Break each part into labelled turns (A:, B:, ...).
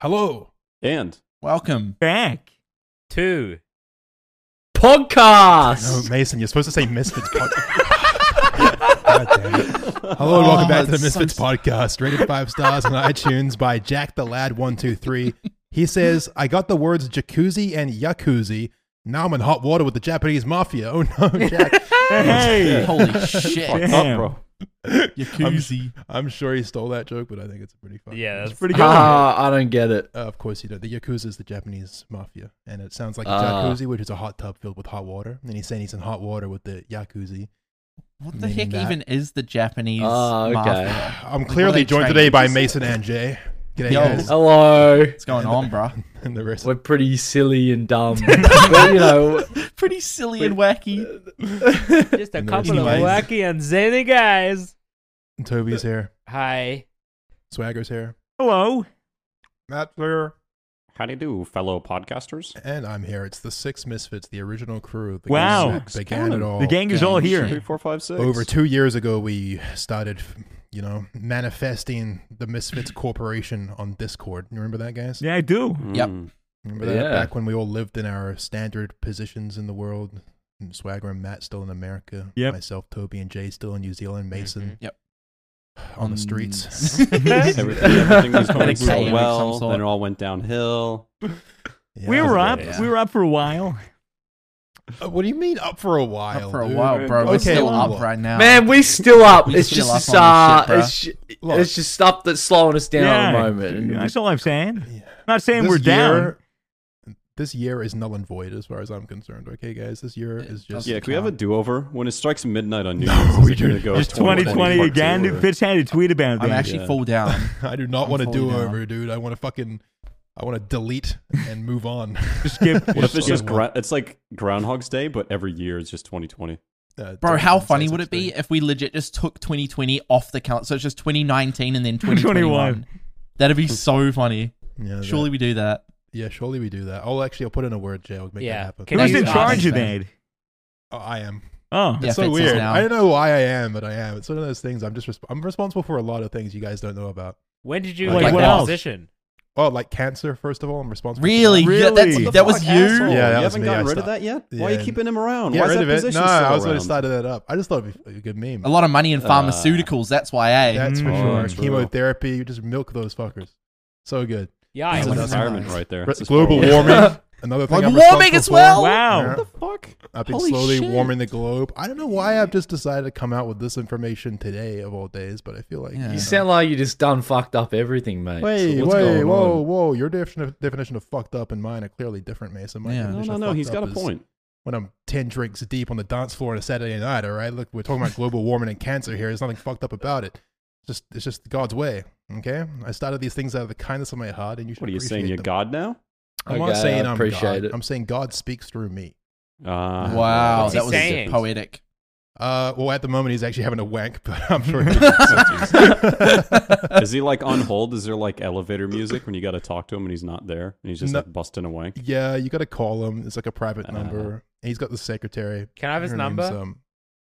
A: Hello.
B: And
A: Welcome.
C: Back.
D: Two. Podcast.
E: No, Oh, Mason, you're supposed to say Misfits podcast. God damn it. Hello and
A: Oh,
E: welcome back to the
A: it's so
E: Misfits
A: s-
E: podcast, rated five stars on iTunes by Jack the Lad one two three. He says, "I got the words jacuzzi and yakuzi. Now I'm in hot water with the Japanese mafia. Oh no, Jack!
C: Hey.
A: Holy shit.
B: fucked up, bro.
A: Yakuza.
E: I'm sure he stole that joke, but I think it's a pretty funny.
D: Yeah, that's
C: pretty
A: Ah, I don't get it.
E: Uh, of course you do. The yakuza is the Japanese mafia, and it sounds like a
A: Ah.
E: jacuzzi, which is a hot tub filled with hot water. And he's saying he's in hot water with the yakuzi.
A: What the
E: Meaning
A: heck
E: that-
A: even is the Japanese?
D: Ah, okay.
A: mafia?
E: I'm
A: Like, what are
E: clearly
A: they
E: joined
A: trained
E: today
A: to
E: by
A: say?
E: Mason and Jay. G'day,
A: Yo.
D: Oh.
E: guys.
D: Hello.
A: What's going on, bruh?
E: and the rest.
D: We're pretty silly and dumb. but, you know,
A: Pretty silly and wacky.
D: just a
E: And the
D: couple of
E: anyways.
D: wacky and zany guys.
E: Toby's here.
D: Hi.
E: Swagger's here.
C: Hello.
E: Matt's here.
B: How do you do, fellow podcasters?
E: And I'm here. It's the six misfits, the original crew. The
C: Wow.
E: gang that
B: Six.
E: began it all.
C: The gang is
A: gang
C: all here.
B: Three, four, five, six.
E: Over two years ago, we started, you know, manifesting the Misfits Corporation on Discord. You remember that, guys?
C: Yeah, I do.
A: Yep.
B: Mm.
E: Remember that
A: Yeah.
E: back when we all lived in our standard positions in the world? And Swagger and Matt still in America.
C: Yep.
E: Myself, Toby, and Jay still in New Zealand. Mason
D: Mhm.
A: Yep.
E: on the streets.
B: Everything, everything was going
A: Like saying
B: so
A: of
B: well.
A: some sort.
B: Then it all went downhill.
E: Yeah.
C: we were up.
A: Yeah.
C: We were up for a while.
E: Uh, What do you mean up for a while?
A: Up for a
E: dude?
A: while, bro. We're
E: Okay,
A: still
E: well,
A: up right now.
D: Man, we're still up.
A: We
D: it's
A: still
D: just this,
A: up on
D: uh,
A: this
D: it's, ju-
E: Look.
D: it's just stuff that's slowing us down at the
C: Yeah.
D: moment. And
C: That's all I'm saying.
E: Yeah.
C: Not saying
E: This
C: we're down.
E: year- This year is null and void as far as I'm concerned. Okay, guys, this year
A: Yeah,
E: is just
B: Yeah,
A: doesn't-
B: can we have a do-over? When it strikes midnight on New
E: No,
B: Year's,
E: we
B: is it gonna
E: don't.
B: go
C: It's 2020
B: part
C: again.
B: two,
C: Dude,
B: or-
C: Fitz had to tweet about
A: I'm
C: that.
A: actually
B: Yeah.
A: full down.
E: I do not
A: I'm
E: want to
A: fully
E: do
A: down.
E: over, dude. I want to fucking, I want to delete and move on.
C: Just skip.
B: What if
E: Just
B: it's just
E: skip one.
B: gra- it's like Groundhog's Day, but every year it's just 2020.
E: Uh,
A: Bro,
E: don't-
A: how
E: don't say
A: funny
E: such
A: would it be
E: thing.
A: if we legit just took 2020 off the calendar? So it's just 2019 and then 2021.
C: 2021.
A: That'd be so funny.
E: Yeah, that-
A: Surely we do that.
E: yeah, surely we do that. I'll actually, I'll put in a word jail. Make
D: Yeah.
E: that happen.
D: Can I
C: Who's
D: you
C: in
D: ask
C: charge of
A: them?
C: that?
E: Oh, I am.
C: Oh,
A: Yeah,
E: It's so
A: Fitz is
E: weird.
A: now.
E: I don't know why I am, but I am. It's one of those things. I'm just, resp- I'm responsible for a lot of things you guys don't know about.
F: When did you
B: Like
F: get
C: what
F: that
C: else?
F: position?
E: Oh, like cancer. First of all, I'm responsible. for
A: Really?
E: that.
C: Really?
A: Yeah, that's-
C: What
A: that was you?
E: Yeah, that
B: you
E: was
B: haven't
E: me,
B: gotten
E: I
B: rid of
E: stopped.
B: that yet. Why are
E: Yeah.
B: you keeping him around?
E: Get
B: Why is
E: rid
B: that
E: of it.
B: position
E: No,
B: still
E: I was going
B: around?
E: to start that up. I just thought it'd be a good meme.
A: A lot of money in
B: Uh,
A: pharmaceuticals. that's why, eh?
E: That's for
C: Mm.
E: sure.
B: That's real.
E: Chemotherapy, you just milk those fuckers. So good.
F: Yeah,
E: That's
F: I
B: That's an
E: another
F: was
E: thing.
B: environment right there.
E: Re-
B: It's just
E: global
B: horrible.
E: warming, another thing.
A: Global
E: I'm
A: warming
E: responsible
A: as well?
E: for.
C: Wow.
E: Yeah.
B: What the fuck?
E: I've been
B: Holy
E: slowly
B: shit.
E: warming the globe. I don't know why I've just decided to come out with this information today of all days, but I feel like
A: Yeah.
E: know.
A: You
D: You sound like you just done fucked up everything, mate.
E: Wait,
B: So what's
E: wait,
B: going
E: whoa,
B: on?
E: whoa! Your definition of, definition of fucked up and mine are clearly different, Mason. My
A: Yeah.
B: No,
E: definition
B: no,
E: of
B: no.
E: fucked
B: He's got a
E: up is
B: point.
E: When I'm ten drinks deep on the dance floor on a Saturday night, all right. Look, we're talking about global warming and cancer here. There's nothing fucked up about it. It's just, it's just God's way. Okay, I started these things out of the kindness of my heart, and you should.
B: What are you
E: appreciate
B: saying? You're
E: them.
B: God now?
E: I'm not
D: Okay,
E: saying
D: I
E: I'm
D: appreciate
E: God.
D: it.
E: I'm saying God speaks through me.
B: Uh,
A: Wow,
F: What's he
A: that was
F: saying?
A: poetic.
E: Uh, well, at the moment he's actually having a wank, but I'm sure. He
B: Is he like on hold? Is there like elevator music when you got to talk to him and he's not there and he's just
E: No.
B: like busting a wank?
E: yeah, you got to call him. It's like a private
B: Uh.
E: number. And he's got the secretary.
F: Can I have his
E: Her name's,
F: number?
E: um,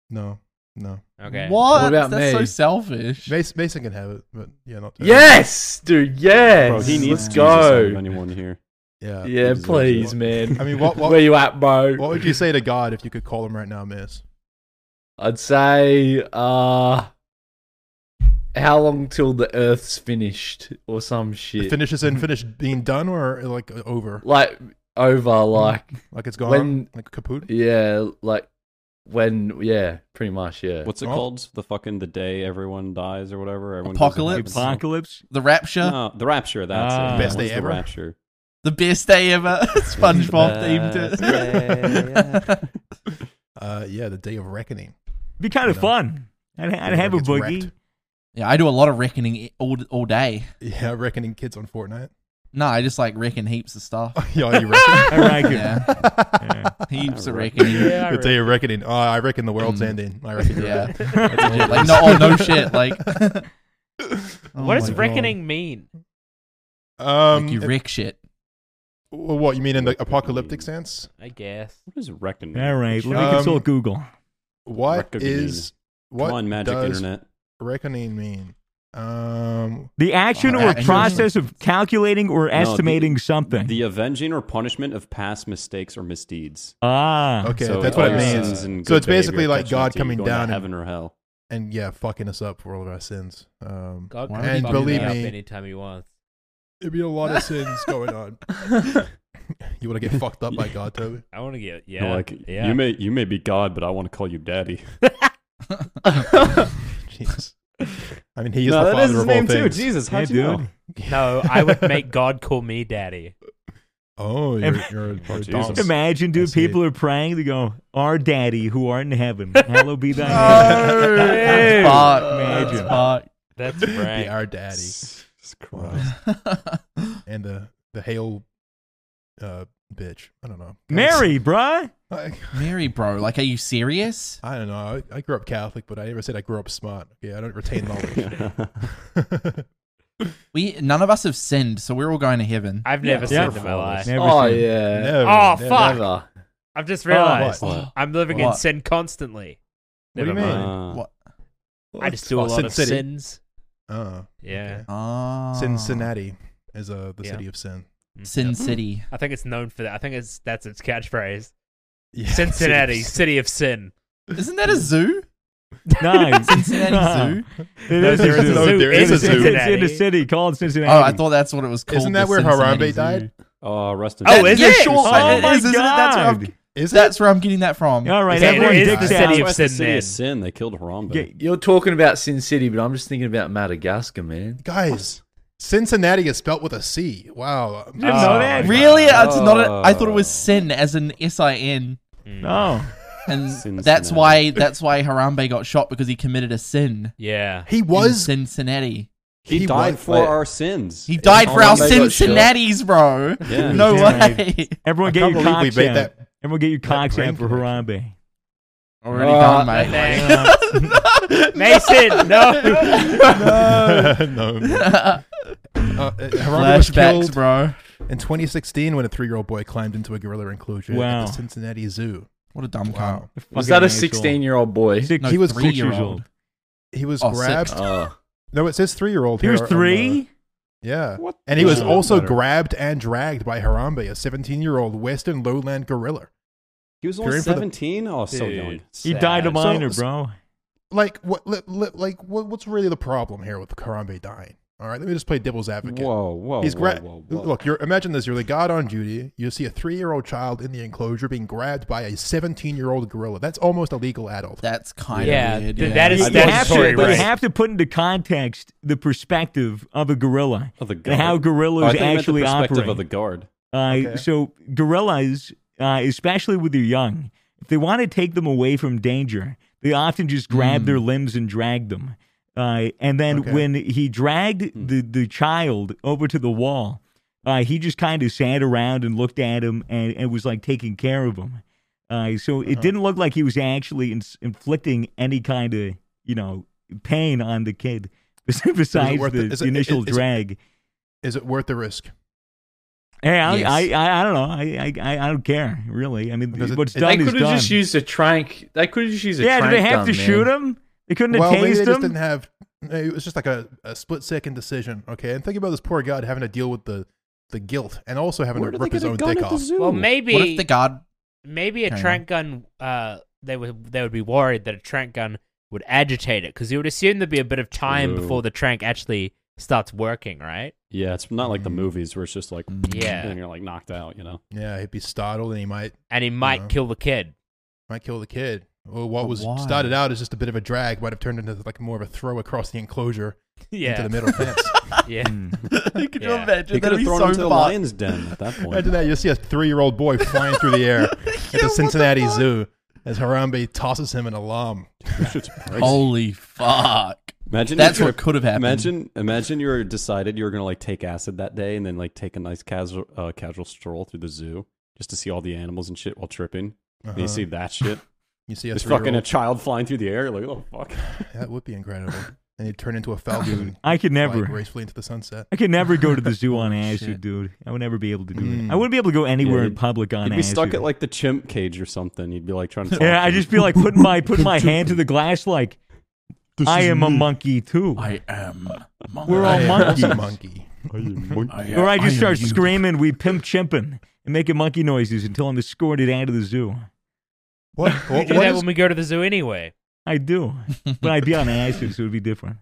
E: no, no.
F: Okay.
A: What?
D: What about
A: That's so
D: me?
A: selfish.
E: Mas- Mason can have it, but yeah, not.
D: Yes, dude. Yes.
B: Bro, he needs
D: Let's
B: Jesus out of
D: go.
B: anyone here.
E: Yeah.
D: Yeah,
B: deserves
D: please,
E: it.
D: man.
E: I mean, what- what-
D: Where you at, bro?
E: What would you say to God if you could call him right now, Miss?
D: I'd say, uh, how long till the Earth's finished or some shit?
E: Finishes in finish being done or like over,
D: like over,
F: Mm.
D: like
E: like it's gone,
D: When-
E: like kaput.
D: yeah, like when, yeah, pretty much, yeah.
B: What's it
E: Oh.
B: called? The fucking the day everyone dies or whatever. Everyone
A: Apocalypse?
B: Goes to heaven?
C: Apocalypse.
A: The Rapture,
B: No, the rapture. That's
C: Ah.
B: it.
E: Best
B: When's
E: day
B: the
E: ever?
B: Rapture.
A: the best day ever.
F: Uh,
A: SpongeBob themed
B: Best
A: it.
B: day
E: Uh, yeah, the day of reckoning.
C: Be kind of
E: You know.
C: fun. I'd, I'd have a
E: Gets
C: boogie.
E: wrecked.
A: yeah, I do a lot of reckoning all all day.
E: Yeah, reckoning kids on Fortnite.
A: No, I just like reckon heaps of stuff.
E: yeah, you reckon?
C: I like it.
A: Yeah,
C: Yeah.
A: heaps of
B: Alright.
A: reckoning.
F: Yeah, I
E: the day
F: reckon.
E: of reckoning. Oh, I reckon the world's
A: Mm.
E: ending. I reckon. you're
A: Yeah.
E: right.
A: Legit, like no, oh, no shit. Like, Oh
F: what
A: my
F: does
A: God.
F: reckoning mean?
E: Um,
A: like you
E: if-
A: wreck shit.
E: well, what you mean in the apocalyptic sense?
F: I guess.
B: What is reckoning?
C: All right, let me
E: Um,
C: consult Google.
E: What is
B: Reckoning.
E: what
B: Come on, magic
E: does
B: internet.
E: reckoning mean? Um,
C: The action
A: Uh,
C: or
A: action.
C: process of calculating or estimating something.
B: The avenging or punishment of past mistakes or misdeeds.
C: ah,
E: okay,
B: Uh-huh. So
E: that's what
B: all
E: it
B: your
E: means.
B: sins and
E: So
B: good
E: it's basically
B: behavior
E: like
B: catch
E: God
B: up to you,
E: coming
B: going to
E: down and-
B: heaven or hell.
E: And yeah, fucking us up for all of our sins. Um,
F: God
A: Why
F: can
A: would he
E: and
F: fuck
A: do
E: believe
F: me up
E: me,
F: anytime he wants.
E: it'd be a lot of sins going on. You want to get fucked up by God, Toby?
F: I want to get
B: You know,
F: yeah,
B: like
F: yeah.
B: you may you may be God, but I want to call you Daddy.
E: Jesus. I mean, he is
B: no,
E: the
B: that
E: father
B: is his
E: of all
B: name too.
E: things.
B: Jesus,
C: yeah,
B: how'd you know?
C: dude.
F: no, I would make God call me daddy.
E: Oh, you're, you're, a- you're a
B: Jesus.
E: dom.
C: Imagine, dude,
E: see.
C: people are praying to go, Our daddy who art in heaven, hallowed be thy name.
A: That's
F: That's
A: fucked.
C: Imagine.
A: That's fucked.
E: Be
F: right.
E: our daddy.
B: Jesus
E: Wow.
B: Christ.
E: And the the hail, uh, bitch. I don't know.
C: Mary, bruh.
E: I,
A: Mary, bro, like, are you serious?
E: I don't know. I, I grew up Catholic, but I never said I grew up smart. Yeah, I don't retain knowledge.
A: We none of us have sinned, so we're all going to heaven.
F: I've never
B: Yeah.
F: sinned in my life.
C: Never
D: oh
C: seen-
D: yeah.
E: Never,
F: Oh,
E: never.
F: fuck.
D: Never.
F: I've just
E: Oh, What?
F: realized
B: What?
F: I'm living in
A: What?
F: sin constantly.
E: What do you
F: Never
E: mean?
F: mind.
B: Uh,
A: What?
F: I just do
E: Oh,
F: a lot
E: Sin
F: of
E: City.
F: sins.
E: Uh,
F: Yeah.
A: Oh.
E: Cincinnati is uh, the
F: Yeah.
E: city of sin.
A: Sin City.
F: Mm. I think it's known for that. I think it's that's its catchphrase.
E: Yeah,
F: Cincinnati,
E: city of
F: city of sin.
A: Isn't that a zoo?
C: Nice.
A: Cincinnati Zoo?
C: It
F: No,
C: is
F: there
C: a
F: is
C: zoo.
F: a zoo
E: There
F: in
E: is a zoo.
C: It's in a
F: Cincinnati.
C: city called Cincinnati.
A: Oh, I thought that's what it was called.
E: Isn't that
A: the
E: where
A: Cincinnati
E: Harambe
A: Zoo.
E: died?
B: uh, rest in
F: Oh,
B: peace.
F: is
A: yes,
F: it?
A: sure.
C: Oh
A: it
C: my
A: is, isn't it? That's where, I'm,
C: God.
E: Is it?
A: that's where I'm getting that from.
C: All right,
F: Yeah,
C: everyone
F: it is
C: dicks
F: the
C: out.
F: city of
B: That's the
F: sin
B: city
F: then.
B: of sin. They killed Harambe.
C: Get-
D: You're talking about Sin City, but I'm just thinking about Madagascar, man.
E: Guys, Cincinnati is spelt with a C. Wow.
C: You didn't know
F: Oh,
C: that?
F: my
A: Really? It's not. A, I thought it was
B: Oh.
A: sin as an S I N,
F: Mm.
C: No.
A: and
B: Cincinnati.
A: that's why that's why Harambe got shot because he committed a sin.
F: Yeah.
E: He
A: in
E: was.
A: Cincinnati?
B: He,
E: He
B: died
E: was-
B: for
D: wait.
B: our sins.
A: He died for our
D: Harambe got shot.
A: Cincinnati's, bro.
B: Yeah.
A: No
C: Yeah.
A: way.
E: I
C: Everyone get
E: can't
C: your
E: believe we
C: cocks
E: made
C: out.
E: that.
C: Everyone get your cocks
E: brain
C: out for
E: connection.
C: Harambe.
A: Already
D: Uh,
A: done, mate.
F: Mason, no.
E: no. Uh, Harambe was
A: Flashbacks,
E: killed
A: bro.
E: in 2016 when a three-year-old boy climbed into a gorilla enclosure
C: Wow.
E: at the Cincinnati Zoo.
A: What a dumb
E: Wow.
D: Was that a 16 year old boy?
C: Six,
A: No,
E: He was
A: three
E: six
A: year
C: years
A: old.
C: old.
E: He was
A: Oh,
E: grabbed.
A: six.
D: Oh.
E: No, it says three-year-old.
C: He
E: here
C: was
E: on the-
C: three?
E: Yeah.
B: What
E: And he
B: the
E: was
B: shit?
E: also
B: Better.
E: grabbed and dragged by Harambe, a 17 year old Western lowland gorilla.
B: He was only
E: Korean for the-
B: seventeen. Oh, so
F: Dude.
B: young.
C: He died a
F: Sad.
C: minor,
E: So-
C: bro.
E: Like, what, li, li- like what, what's really the problem here with Harambe dying? All right, let me just play devil's advocate.
B: Whoa, whoa,
E: He's
B: whoa,
E: gra-
B: whoa, whoa.
E: Look, you're, imagine this. You're the god on duty. You see a three year old child in the enclosure being grabbed by a 17 year old gorilla. That's almost a legal adult.
A: That's kind of
F: Yeah,
A: weird.
F: th-
A: yeah.
F: that is-
C: You
B: that is
C: have,
B: totally
C: to, but you
B: right.
C: have to put into context the perspective of a gorilla
B: Of the guard.
C: and how
B: Oh, I
C: gorillas
B: think you meant
C: actually
B: the perspective
C: operate.
B: of the guard.
C: Uh, So gorillas, uh, especially with their young, if they want to take them away from danger, they often just grab their limbs and drag them. Uh, and then
E: Hmm. Okay. Hmm.
C: when he dragged the, the child over to the wall, uh, he just kind of sat around and looked at him and, and was like taking care of him. Uh, so
E: Uh-huh.
C: it didn't look like he was actually ins inflicting any kind of you know pain on the kid besides
E: worth
C: the,
E: it? Is
C: the
E: it-
C: initial
E: is it-
C: drag.
E: Is it worth the risk?
C: Hey, I,
A: Yes.
C: I, I, I don't know. I, I, I I don't care really. I mean,
E: Because it-
C: what's
E: it-
C: done
D: They
C: is
D: could have
C: done.
D: just used a trank. They could have just used a
C: yeah,
D: trank.
C: do they have
D: gun,
C: to
D: man.
C: shoot him? They couldn't
E: well,
C: have
E: maybe they
C: tased
E: just
C: him.
E: didn't have. eh, It was just like a, a split second decision. Okay, and think about this poor god having to deal with the the guilt and also having
B: Where
E: to
B: did they
E: rip
B: get
E: his
B: a
E: own
B: gun
E: dick
B: at the
E: off.
B: zoo?
F: Well, maybe
A: What if the guard?
F: maybe a
A: Hang on.
F: trank gun. Uh, they would they would be worried that a trank gun would agitate it because you would assume there'd be a bit of time
B: True.
F: before the trank actually starts working, right?
B: Yeah, it's not like the movies where it's just like
F: Yeah.
B: and you're like knocked out. You know.
E: Yeah, he'd be startled and he might
F: And he might
E: Yeah.
F: kill the kid.
E: might kill the kid. Well, what
A: But
E: was
A: why?
E: started out as just a bit of a drag might have turned into like more of a throw across the enclosure
F: Yeah,
E: into the middle fence.
F: yeah.
A: Could you
F: Yeah.
A: imagine?
B: He could
A: That'd
B: have
A: be
B: thrown
A: so
B: him to the
A: fun.
B: lion's den at that point.
E: Imagine that you see a three-year-old boy flying through the air at the
A: the
E: Cincinnati
A: fuck?
E: Zoo as Harambe tosses him an alarm.
B: That shit's crazy.
A: Holy fuck!
B: Imagine
A: That's
B: if you're-
A: what could have happened.
B: Imagine, imagine you were decided you were gonna like take acid that day, and then like take a nice casual, uh, casual stroll through the zoo just to see all the animals and shit while tripping. And
E: Uh-huh.
B: you see that shit.
E: You see a
B: It's
E: three-year-old.
B: fucking a child flying through the air. You're like, oh fuck.
E: that would be incredible. And he'd turn into a falcon.
C: I could
E: and fly
C: never.
E: gracefully into the sunset.
C: I could never go to the zoo on
A: Holy
C: acid,
A: shit.
C: dude. I would never be able to do
E: Mm.
C: that. I wouldn't be able to go anywhere in
B: you'd-
C: public on
B: You'd be
C: acid.
B: stuck at like the chimp cage or something. You'd be like trying to. Talk
C: yeah,
B: to
C: I
B: him.
C: just feel like putting my putting my hand to the glass, like
B: This
C: I
B: is
C: am a
B: me.
C: monkey too.
A: I am. Monkey.
C: We're all
E: I am
C: monkeys.
E: also monkey.
B: I am monkey.
A: I am-
C: Or I just
A: am
C: start
A: you.
C: screaming, we pimp chimping, and making monkey noises until I'm escorted out of the zoo.
E: What?
F: We
E: what,
F: do
E: what
F: that
E: is,
F: when we go to the zoo anyway.
C: I do. But I'd be on acid, so it would be different.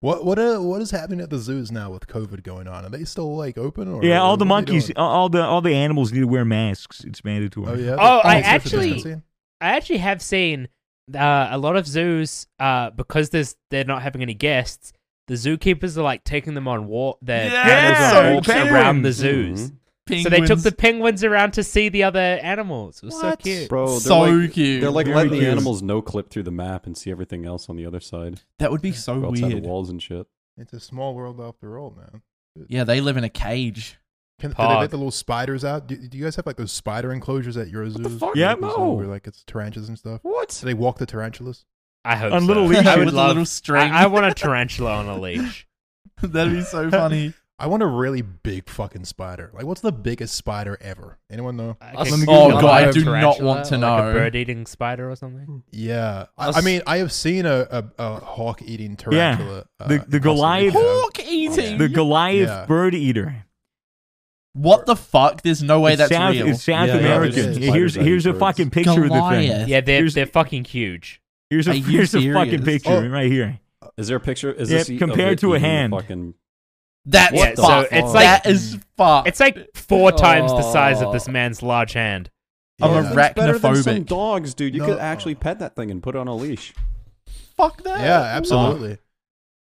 E: what, what, uh, what is happening at the zoos now with COVID going on? Are they still like open? Or,
C: Yeah, all the
E: what are they
C: monkeys,
E: doing?
C: all the all the animals need to wear masks. It's mandatory.
E: Oh yeah.
F: Oh, I
E: They're social
F: actually-
E: distancing?
F: I actually have seen uh, a lot of zoos uh, because there's they're not having any guests. The zookeepers are like taking them on walk. Their
A: Yeah,
F: animals on
A: so
F: walks
C: penguins.
F: around the zoos.
B: Mm-hmm.
F: So they took
A: Penguins.
F: the penguins around to see the other animals. It was so
A: What?
F: cute.
B: Bro, Oh, they're
A: So
B: like,
A: cute.
B: They're like
C: Very
B: letting the
C: cute.
B: animals no clip through the map and see everything else on the other side,
A: That would be so
B: or outside the
A: weird.
B: walls and shit.
E: It's a small world after all, man.
A: Yeah, they live in a cage.
E: Can, do they
F: Pog.
E: let the little spiders out? Do, do you guys have like those spider enclosures at your zoos?
B: fuck?
C: Yep.
E: Like, uh,
B: No.
E: Where like it's tarantulas and stuff.
B: What?
E: Do they walk the tarantulas?
F: I hope
C: On
F: so.
C: little
F: I
C: leashes.
F: would
A: With a
F: love.
A: little string.
F: I, I want a tarantula on a leash.
A: That'd be so funny.
E: I want a really big fucking spider. Like, what's the biggest spider ever? Anyone know?
F: Like
A: Let
F: a-
A: me Google
F: like
A: it.
F: a
A: Oh, God, I
F: live
A: do not
F: tarantula,
A: want to
F: like
A: know.
F: A bird-eating spider or something.
E: Yeah, I,
A: Us-
E: I mean, I have seen a a, a hawk eating
C: Yeah.
E: tarantula. uh,
C: The-
E: in
C: the
E: Costa
C: Goliath-
E: Rica.
A: Hawk eating.
C: The Goliath
E: Yeah.
C: bird eater.
A: what the fuck? There's no way
C: it's
A: that's
C: South,
A: real.
C: It's South
B: Yeah, yeah,
E: it
C: American.
E: is.
C: here's
B: Spiders
C: here's a
B: eat birds.
C: fucking picture of the
A: Goliath.
C: thing.
F: Yeah, they're
C: Here's-
F: they're fucking huge.
C: Here's a
A: Are you
C: here's a fucking
A: serious?
C: picture
E: Oh.
C: right here.
B: Is there a picture? Is
C: Yeah,
B: this e- of
C: compared
B: it
C: to a
B: eating
C: hand.
B: Fucking
A: That's
F: Yeah,
A: fucked.
F: so it's like-
A: that is fucked.
F: It's like four times the size
D: Oh.
F: of this man's large hand.
A: I'm
E: Yeah.
A: a rat-
B: better than some
A: Arachnophobic.
B: dogs, dude. You
E: No.
B: could actually pet that thing and put it on a leash.
A: fuck that.
E: Yeah, absolutely,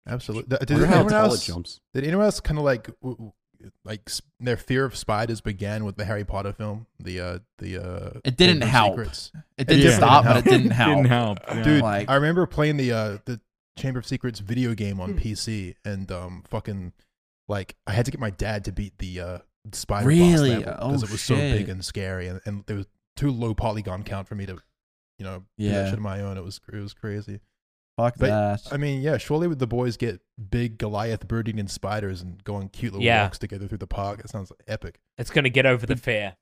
E: absolutely. Did, did
B: Wonder how
E: anyone
B: tall it
E: else?
B: jumps.
E: Did anyone else kind of like w- w- like s- their fear of spiders began with the Harry Potter film? The uh the uh
A: It didn't
E: Chamber of
A: help.
E: Secrets?
A: It didn't
E: Yeah.
A: stop, but it didn't
C: Didn't
A: help.
C: help. yeah.
E: Dude,
A: Like-
E: I remember playing the uh the Chamber of Secrets video game on PC and um fucking like I had to get my dad to beat the uh spider
A: Really?
E: boss level because
A: Oh,
E: it was so big
A: shit.
E: and scary and, and there was too low polygon count for me to you know do that
A: Yeah.
E: shit on my own. It was it was crazy.
A: Fuck
E: But-
A: that.
E: I mean, yeah, surely would the boys get big Goliath bird eating spiders and going cute little
F: Yeah.
E: walks together through the park. That sounds epic.
F: It's gonna get over the fear.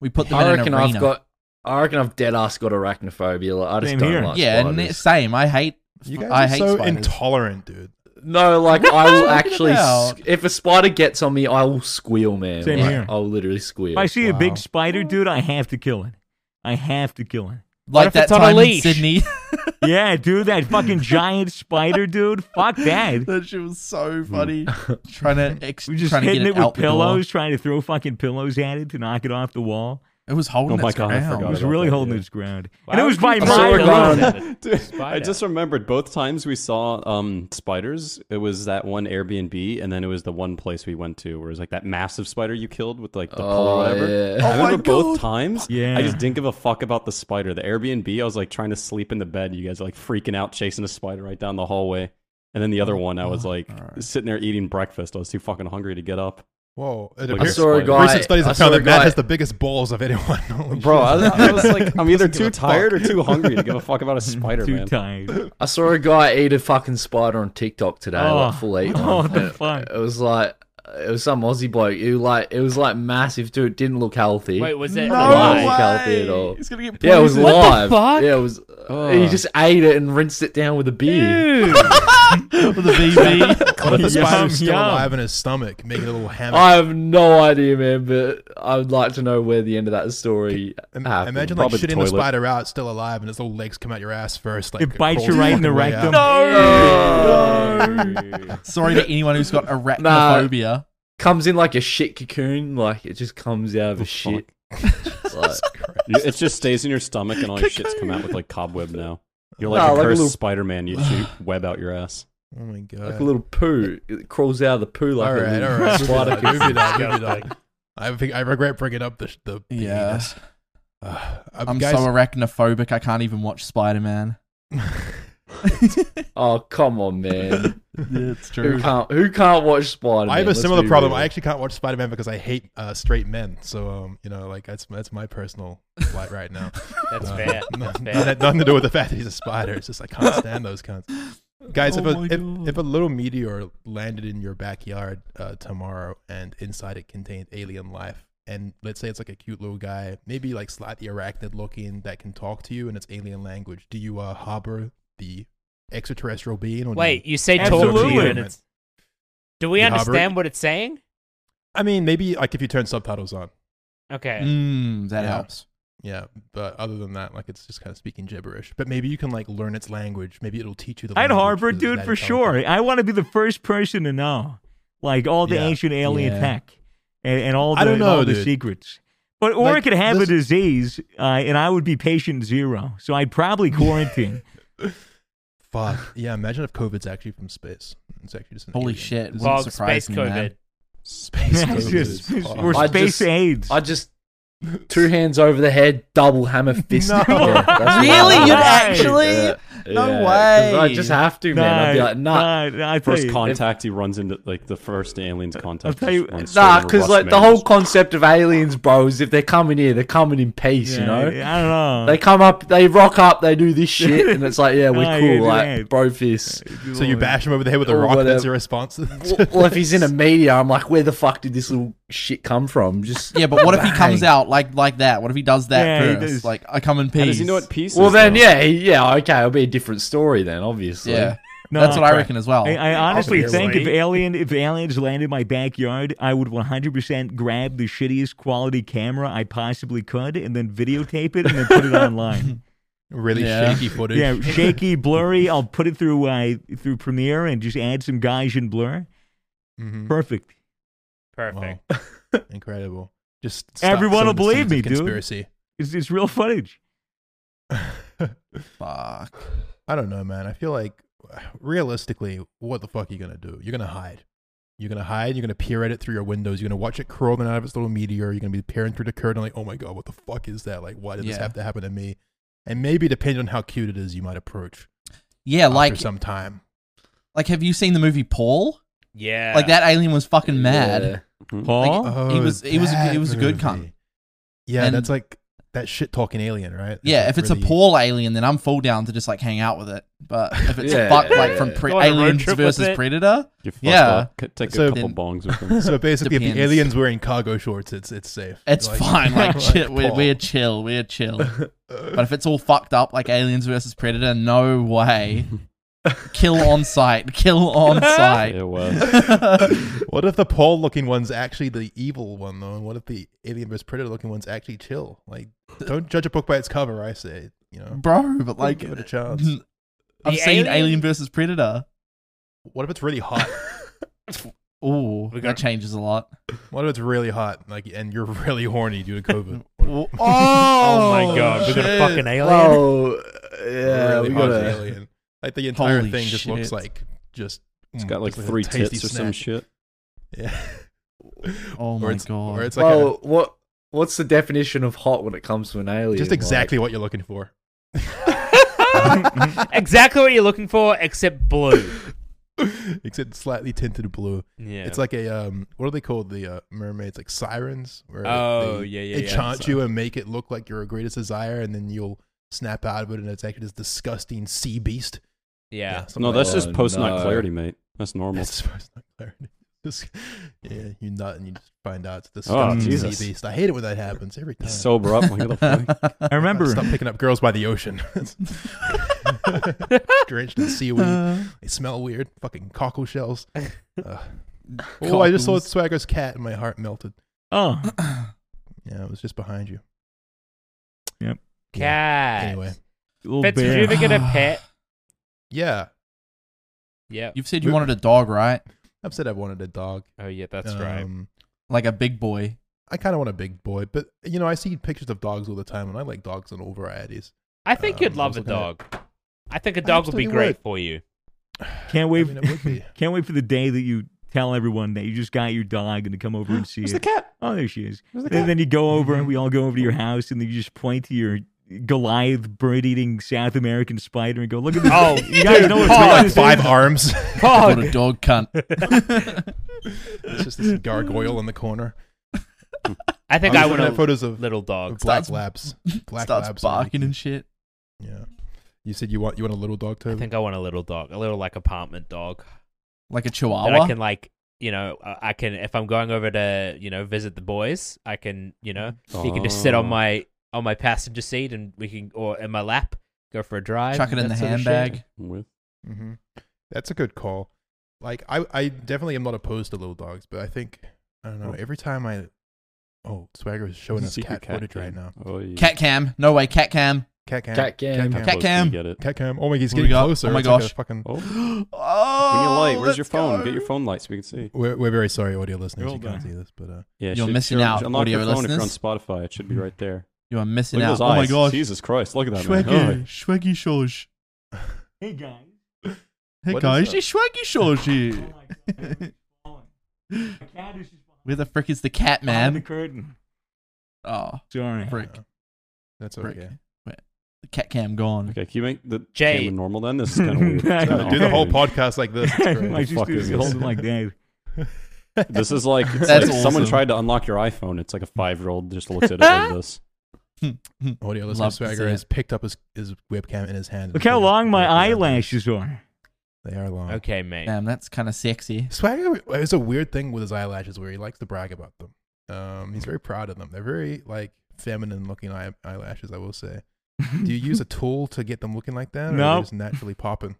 A: We put them
D: I
A: in an
D: reckon I've
A: arena.
D: got. I reckon I've dead ass got arachnophobia. Like, I just
C: Same
D: don't
C: here.
D: like
A: yeah,
D: spiders.
A: n- same. I hate.
E: You guys
A: I
E: are
A: hate
E: so
A: spiders.
E: intolerant, dude.
D: No, like I
A: What are you
D: will
A: talking
D: actually. s-
A: about?
D: If a spider gets on me, I will squeal, man.
C: Same
D: Like,
C: here.
D: I'll literally squeal.
C: If I see a
E: Wow.
C: big spider, dude, I have to kill it. I have to kill it.
F: What
A: like
F: if
A: that
F: it's on a
A: time in
F: leash?
A: Sydney.
C: Yeah, dude, that fucking giant spider, dude. Fuck that.
A: that shit was so funny. trying to ex-
C: We're just
A: trying to
C: hitting
A: get
C: it,
A: it,
C: with
A: out the door.
C: pillows, trying to throw fucking pillows at it to knock it off the wall.
A: It was holding
B: Oh my
A: its
B: God, I
A: ground.
B: forgot
C: It was
B: about
C: really
B: that,
C: holding
B: yeah.
C: its ground,
F: Why
C: and it
F: would
C: was
F: you
C: by
F: keep
D: I saw
C: my
D: it
F: killing
C: alone.
D: going.
F: them?
B: Dude, I
F: Spider.
B: just remembered both times we saw um, spiders. It was that one Airbnb, and then it was the one place we went to where it was like that massive spider you killed with like the pole or
D: Oh,
B: whatever.
D: yeah.
B: I
A: Oh my
B: remember both
A: God.
B: times.
C: Yeah.
B: I just didn't give a fuck about the spider. The Airbnb, I was like trying to sleep in the bed. You guys are like freaking out, chasing a spider right down the hallway. And then the other one, I was
C: Oh,
B: like sitting there eating breakfast. I was too fucking hungry to get up.
E: Whoa. It
B: Like
D: I
E: appears-
D: saw a
B: Recent
D: guy.
E: Recent studies
D: I
E: have
D: saw
E: found
D: a
E: that Matt
D: guy-
E: has the biggest balls of anyone. Holy
B: Bro, I,
E: shit.
B: I was like, I'm either
E: Doesn't give
B: too
E: a fuck.
B: tired or too hungry to give a fuck about a spider,
C: Too
B: man.
C: tired.
D: I saw a guy eat a fucking spider on TikTok today,
C: Oh.
D: like full eight.
C: Oh, what the fuck?
D: It was like it was some Aussie bloke. It was like it was like massive, dude. It didn't look healthy.
F: Wait, was it
A: No
D: Why?
F: alive?
D: Can't do it all.
A: way. It's gonna get
D: yeah, it was
A: poisoned.
D: live.
F: fuck?
D: Yeah, it was.
B: Oh.
D: He just ate it and rinsed it down with a beer.
F: Dude,
A: with a VB.
E: What if the
C: Yum,
E: spider's still
C: yum.
E: alive in his stomach, making a little hammock?
B: Oh,
D: I have no idea, man. But I would like to know where the end of that story
E: Im-
D: happened.
E: Imagine like
B: Probably the
E: shitting the
B: toilet.
E: spider out, still alive, and his little legs come out your ass first. Like
C: It bites
E: crawls
C: you right in the
E: way out.
C: rectum.
A: No. Sorry to anyone who's got arachnophobia.
D: comes in like a shit cocoon, like it just comes out
E: Oh,
D: of a shit. Like,
B: You- It just stays in your stomach, and all your shit's come out with like cobweb now. You're like a
D: Nah, like a
B: cursed
D: little-
B: Spider-Man. You shoot web out your ass.
E: Oh my god!
D: like a little poo, it crawls out of the poo like
E: all
D: a
E: right,
D: little
E: all right. Move
D: spider
E: it on, move
D: cocoon.
E: it on, move it on. I think I regret bringing up the sh- the the
A: Yeah.
E: penis. Uh,
A: I'm
E: guys,
A: so arachnophobic. I can't even watch Spider Man.
D: Oh come on, man!
A: it's
D: who can't who can't watch Spider?
E: I have a similar problem. I actually can't watch Spider Man because I hate uh, straight men. So um, you know, like that's that's my personal plight right now.
F: that's
E: Uh,
F: fair.
E: no-
F: That's
E: It
F: fair.
E: had nothing to do with the fact that he's a spider. It's just I can't stand those cunts. Guys,
A: Oh
E: if
A: my
E: a
A: God.
E: if, if a little meteor landed in your backyard uh, tomorrow and inside it contained alien life, and let's say it's like a cute little guy, maybe like slightly arachnid looking that can talk to you in its alien language, do you uh, harbor the extraterrestrial being. Or
F: Wait, you say
C: Absolutely.
F: torture units. Do we
E: Yeah, but-
F: understand what it's saying?
E: I mean, maybe like if you turn subtitles on.
F: Okay.
A: Mm, that
E: Yeah.
A: helps.
E: Yeah, but other than that, like it's just kind of speaking gibberish. But maybe you can like learn its language. Maybe it'll teach you the.
C: I'd
E: language because
C: Harvard,
E: it's
C: dude,
E: that
C: for
E: intelligent.
C: sure. I want to be the first person to know, like all the
E: Yeah.
C: ancient alien
A: Yeah.
C: tech and, and all the,
E: I don't
C: and all
E: know,
C: the
E: dude.
C: secrets. But or I
E: Like,
C: could have
E: this-
C: a disease, uh, and I would be patient zero, so I'd probably quarantine.
E: Fuck yeah! Imagine if COVID's actually from space. It's actually just an
A: Holy
E: alien.
A: shit.
E: This-
A: Wouldn't
F: Well,
A: surprise
F: space
A: me,
F: COVID.
A: man.
B: Space
C: It's
B: COVID is
C: just-
B: fucked.
C: or
D: I
C: space
D: just-
C: AIDS.
D: I just two hands over the head, double hammer fist.
E: No.
D: Yeah, that's what
A: Really?
D: I-
A: You'd actually?
C: Why?
D: Yeah,
A: No
D: yeah, 'cause I
A: way.
D: just have to, man. I'd be like,
C: nah,
D: nah,
C: nah, I tell
B: First
C: you,
B: contact, he runs into like the first alien's contact.
C: I'll tell you-
B: just runs
D: nah,
B: straight into
D: because
B: Rust
D: like the
B: Man.
D: whole concept of aliens, bro, is if they're coming here, they're coming in peace,
C: yeah,
D: you know.
C: I don't know.
D: They come up, they rock up, they do this shit, and it's like, yeah, we're
C: Nah,
D: cool,
C: yeah,
D: like
C: yeah.
D: bro fists.
E: So you bash him over the head with a
D: Or
E: rock. That's
D: whatever.
E: your response. to-
D: Well, well, if he's in a media, I'm like, where the fuck did this little shit come from? Just
A: Yeah, but what if he comes
D: Bang.
A: out like like that? What if he does that
C: Yeah, he
A: first?
C: does.
A: Like, I come in peace.
B: How does he know what peace
D: Well,
B: is,
D: then,
B: though?
D: yeah, he- yeah, okay, it'll be a different story then, obviously.
A: Yeah.
C: No,
A: That's what I
E: crap.
A: reckon as well.
C: I, I honestly think if
F: Obviously.
C: alien if aliens landed my backyard, I would 100% grab the shittiest quality camera I possibly could and then videotape it and then put it online.
E: really
A: Yeah.
E: shaky footage.
C: yeah, shaky, blurry. I'll put it through uh, through Premiere and just add some guys in blur.
E: Mhm.
C: Perfect.
E: Wow.
F: Perfect.
E: Incredible. Just
C: Everyone will believe me, dude.
E: conspiracy.
C: It's it's real footage.
A: Fuck.
E: I don't know, man. I feel like realistically, what the fuck are you gonna do? You're gonna hide. You're gonna hide. You're gonna peer at it through your windows. You're gonna watch it crawling out of its little meteor. You're gonna be peering through the curtain, like, oh my god, what the fuck is that? Like, why did this
A: Yeah.
E: have to happen to me? And maybe depending on how cute it is, you might approach.
A: Yeah,
E: after
A: like
E: some time.
A: like have you seen the movie Paul?
F: Yeah.
A: Like that alien was fucking mad.
B: Hmm?
C: Paul,
A: Like, It Oh, was- it was a-
E: that
A: it was a good cunt.
E: movie. Oh, Yeah,
A: And-
E: that's like that shit talking alien, right? That's,
A: Yeah,
E: like,
A: if it's
E: really-
A: a Paul alien, then I'm full down to just like hang out with it. But if it's
D: Yeah.
A: fucked like from pre-
F: Go on a road
A: aliens
F: trip with
A: versus
F: it.
A: predator,
B: You fucked
A: Yeah.
B: up. C- Take a
E: So
B: couple
A: then-
B: bongs with him.
E: So basically, if
A: Depends.
E: the aliens were in cargo shorts, it's it's safe.
A: it's
E: Like-
A: fine. Like, chill, we're,
E: Paul.
A: we're chill, we're chill. but if it's all fucked up like aliens versus predator, no way. Kill on sight. Kill on sight.
B: it was.
E: What if the Paul looking one's actually the evil one though? And what if the alien vs predator looking one's actually chill? Like, don't judge a book by its cover. I say, you know,
A: Bro, but like
E: give it a chance.
A: I've
F: The
A: seen
F: alien-
A: Alien versus Predator.
E: What if it's really hot?
A: Ooh, that
F: We got-
A: changes a lot.
E: what if it's really hot? Like, and you're really horny due to COVID.
A: Oh,
F: Oh my god, we got a
E: shit.
F: fucking alien.
D: Oh, yeah,
E: really
D: we
E: hot
D: gotta.
E: alien. Like the entire
A: Holy
E: thing just looks
A: shit.
E: like just.
B: It's got
E: mm,
B: like
E: just a
B: three
E: tasty
B: tits or some
E: snack.
B: shit.
E: Yeah.
A: Oh
E: or
A: my
E: it's,
A: god.
E: Or it's like
D: Well, what what's the definition of hot when it comes to an
E: a,
D: alien?
E: just exactly what you're looking for.
F: exactly what you're looking for, except blue.
E: Except slightly tinted blue.
F: Yeah.
E: It's like a um, what are they called? The uh, mermaids, like sirens. Where
F: Oh,
E: they
F: yeah, yeah, yeah.
E: enchant you and make it look like your greatest desire, and then you'll snap out of it, and it's actually this disgusting sea beast.
F: yeah.
E: something
B: No,
E: like
B: that's
E: that.
B: just post night
D: no.
B: clarity, mate. That's normal.
E: That's supposed to clarity. Just, yeah, you nut and you just find out it's
B: Oh,
E: disgusting
B: Jesus.
E: sea beast. I hate it when that happens every time.
B: Sober up. Like, what the fuck?
C: I remember.
E: Stop picking up girls by the ocean. Drenched in
A: Uh.
E: seaweed. They smell weird. Fucking cockle shells. Uh, oh, I just saw
A: Cockles.
E: Swagger's cat and my heart melted.
C: Oh,
E: Yeah, it was just behind you.
F: Cat.
E: Anyway.
C: little
F: Fitz, would
C: bear.
F: you ever get a pet?
E: Yeah,
F: Yep.
A: You've said you wanted a dog, right?
E: I've said I've wanted a dog.
F: Oh yeah, that's right.
E: Um,
A: Like a big boy.
E: I kind of want a big boy, but you know, I see pictures of dogs all the time, and I like dogs in all varieties.
F: I think
E: um,
F: you'd
E: I
F: love
E: was
F: a
E: looking at-
F: dog. I think a dog would be
E: absolutely
F: great
E: would.
F: for you.
C: Can't
E: I
C: wait.
E: mean, it would be.
C: Can't wait for the day that you tell everyone that you just got your dog and to come over and see
B: Where's
C: it.
B: the cat?
C: Oh, there she is.
B: Where's the
C: and
B: cat?
C: then you go over,
E: Mhm.
C: and we all go over to your house, and then you just point to your Goliath bird-eating South American spider and go, "Look at this!
F: Oh,
C: you guys know what
E: It's got,
C: spider
E: like
C: this
E: five
C: is?
E: arms.
A: What a dog cunt.
E: it's just this gargoyle in the corner.
F: I think
E: was
F: I
E: looking
F: want
E: at
F: a
E: photos of,
F: little
E: of
F: dog.
E: black
A: Starts-
E: labs. Black
A: Starts
E: labs are really
A: barking and shit.
E: cute. Yeah. You said you want you want a little dog,
F: I
E: Toby.
F: think I want a little dog, a little like apartment dog
A: Like a
F: that
A: chihuahua.
F: I can like, you know, uh, I can if I'm going over to you know visit the boys, I can you know you can just sit on
B: Oh.
F: my on my passenger seat and we can or in my lap go for a drive.
A: Chuck it in
F: that
A: the
F: sort of shit.
A: handbag.
B: With
E: Mm-hmm. That's a good call. Like I, I definitely am not opposed to little dogs, but I think I don't know. Every time I, oh, Swagger is showing us
B: Secret
E: cat, footage
B: cam.
E: right now.
B: Oh, yeah.
A: Cat cam. No way. Cat cam.
E: Cat cam.
D: Cat
E: Cat cam.
D: cam.
A: Cat
B: Close,
A: cam.
B: you Get it.
E: Cat cam. Oh my, he's
A: What do we
E: getting
A: got?
E: closer.
A: Oh my
E: It's like a
A: gosh.
E: fucking.
B: Oh, we need
A: Oh,
B: a light. Where's your
A: let's
B: phone?
A: go.
B: Get your phone light so we can see.
E: We're, we're very sorry, audio listeners.
C: Roll
E: you can't
C: down.
E: see this, but uh,
B: Yeah, it
A: You're
B: should-
A: missing
B: should-
A: out,
B: Unlock your
A: audio
B: phone if you're on
A: listeners.
B: Spotify. It should be right there.
A: You are
B: Look
A: missing
B: at
A: out.
B: those
A: Oh my
B: eyes.
A: gosh.
B: Jesus Christ! Look at that man.
A: Schwaggy, Schwaggy Shorge.
C: Hey guys.
A: Hey
B: What is
A: guys,
B: that?
A: it's Schwaggy Shorge
C: Oh
A: here.
C: my god. it's falling. My cat is just
A: Where the frick is the cat,
C: behind the
A: man?
C: curtain.
A: Oh,
C: Sorry.
A: frick.
E: yeah. That's
A: Frick.
E: okay.
A: Wait, the cat cam gone.
B: Okay, can you make the
F: Jay.
B: camera normal then? This is kind of weird.
C: I
E: No,
C: know.
E: do the whole podcast like this. It's great.
C: I just
B: fuck
C: do
B: is
C: is
B: this?
C: hold it like that.
B: This is like, it's
A: That's
B: like someone
A: awesome.
B: tried to unlock your iPhone. It's like a five year old just looks at it like this.
E: Audio listener
A: Love to see
E: Swagger
A: it.
E: has picked up his, his webcam in his hand.
C: Look how long my
E: Yeah.
C: eyelashes are.
E: They are long.
F: Okay, mate.
A: Damn, that's kind of sexy.
E: Swagger is a weird thing with his eyelashes where he likes to brag about them. Um, he's very proud of them. They're very like feminine looking eye- eyelashes, I will say. Do you use a tool to get them looking like that, or are
C: No.
E: they just naturally popping?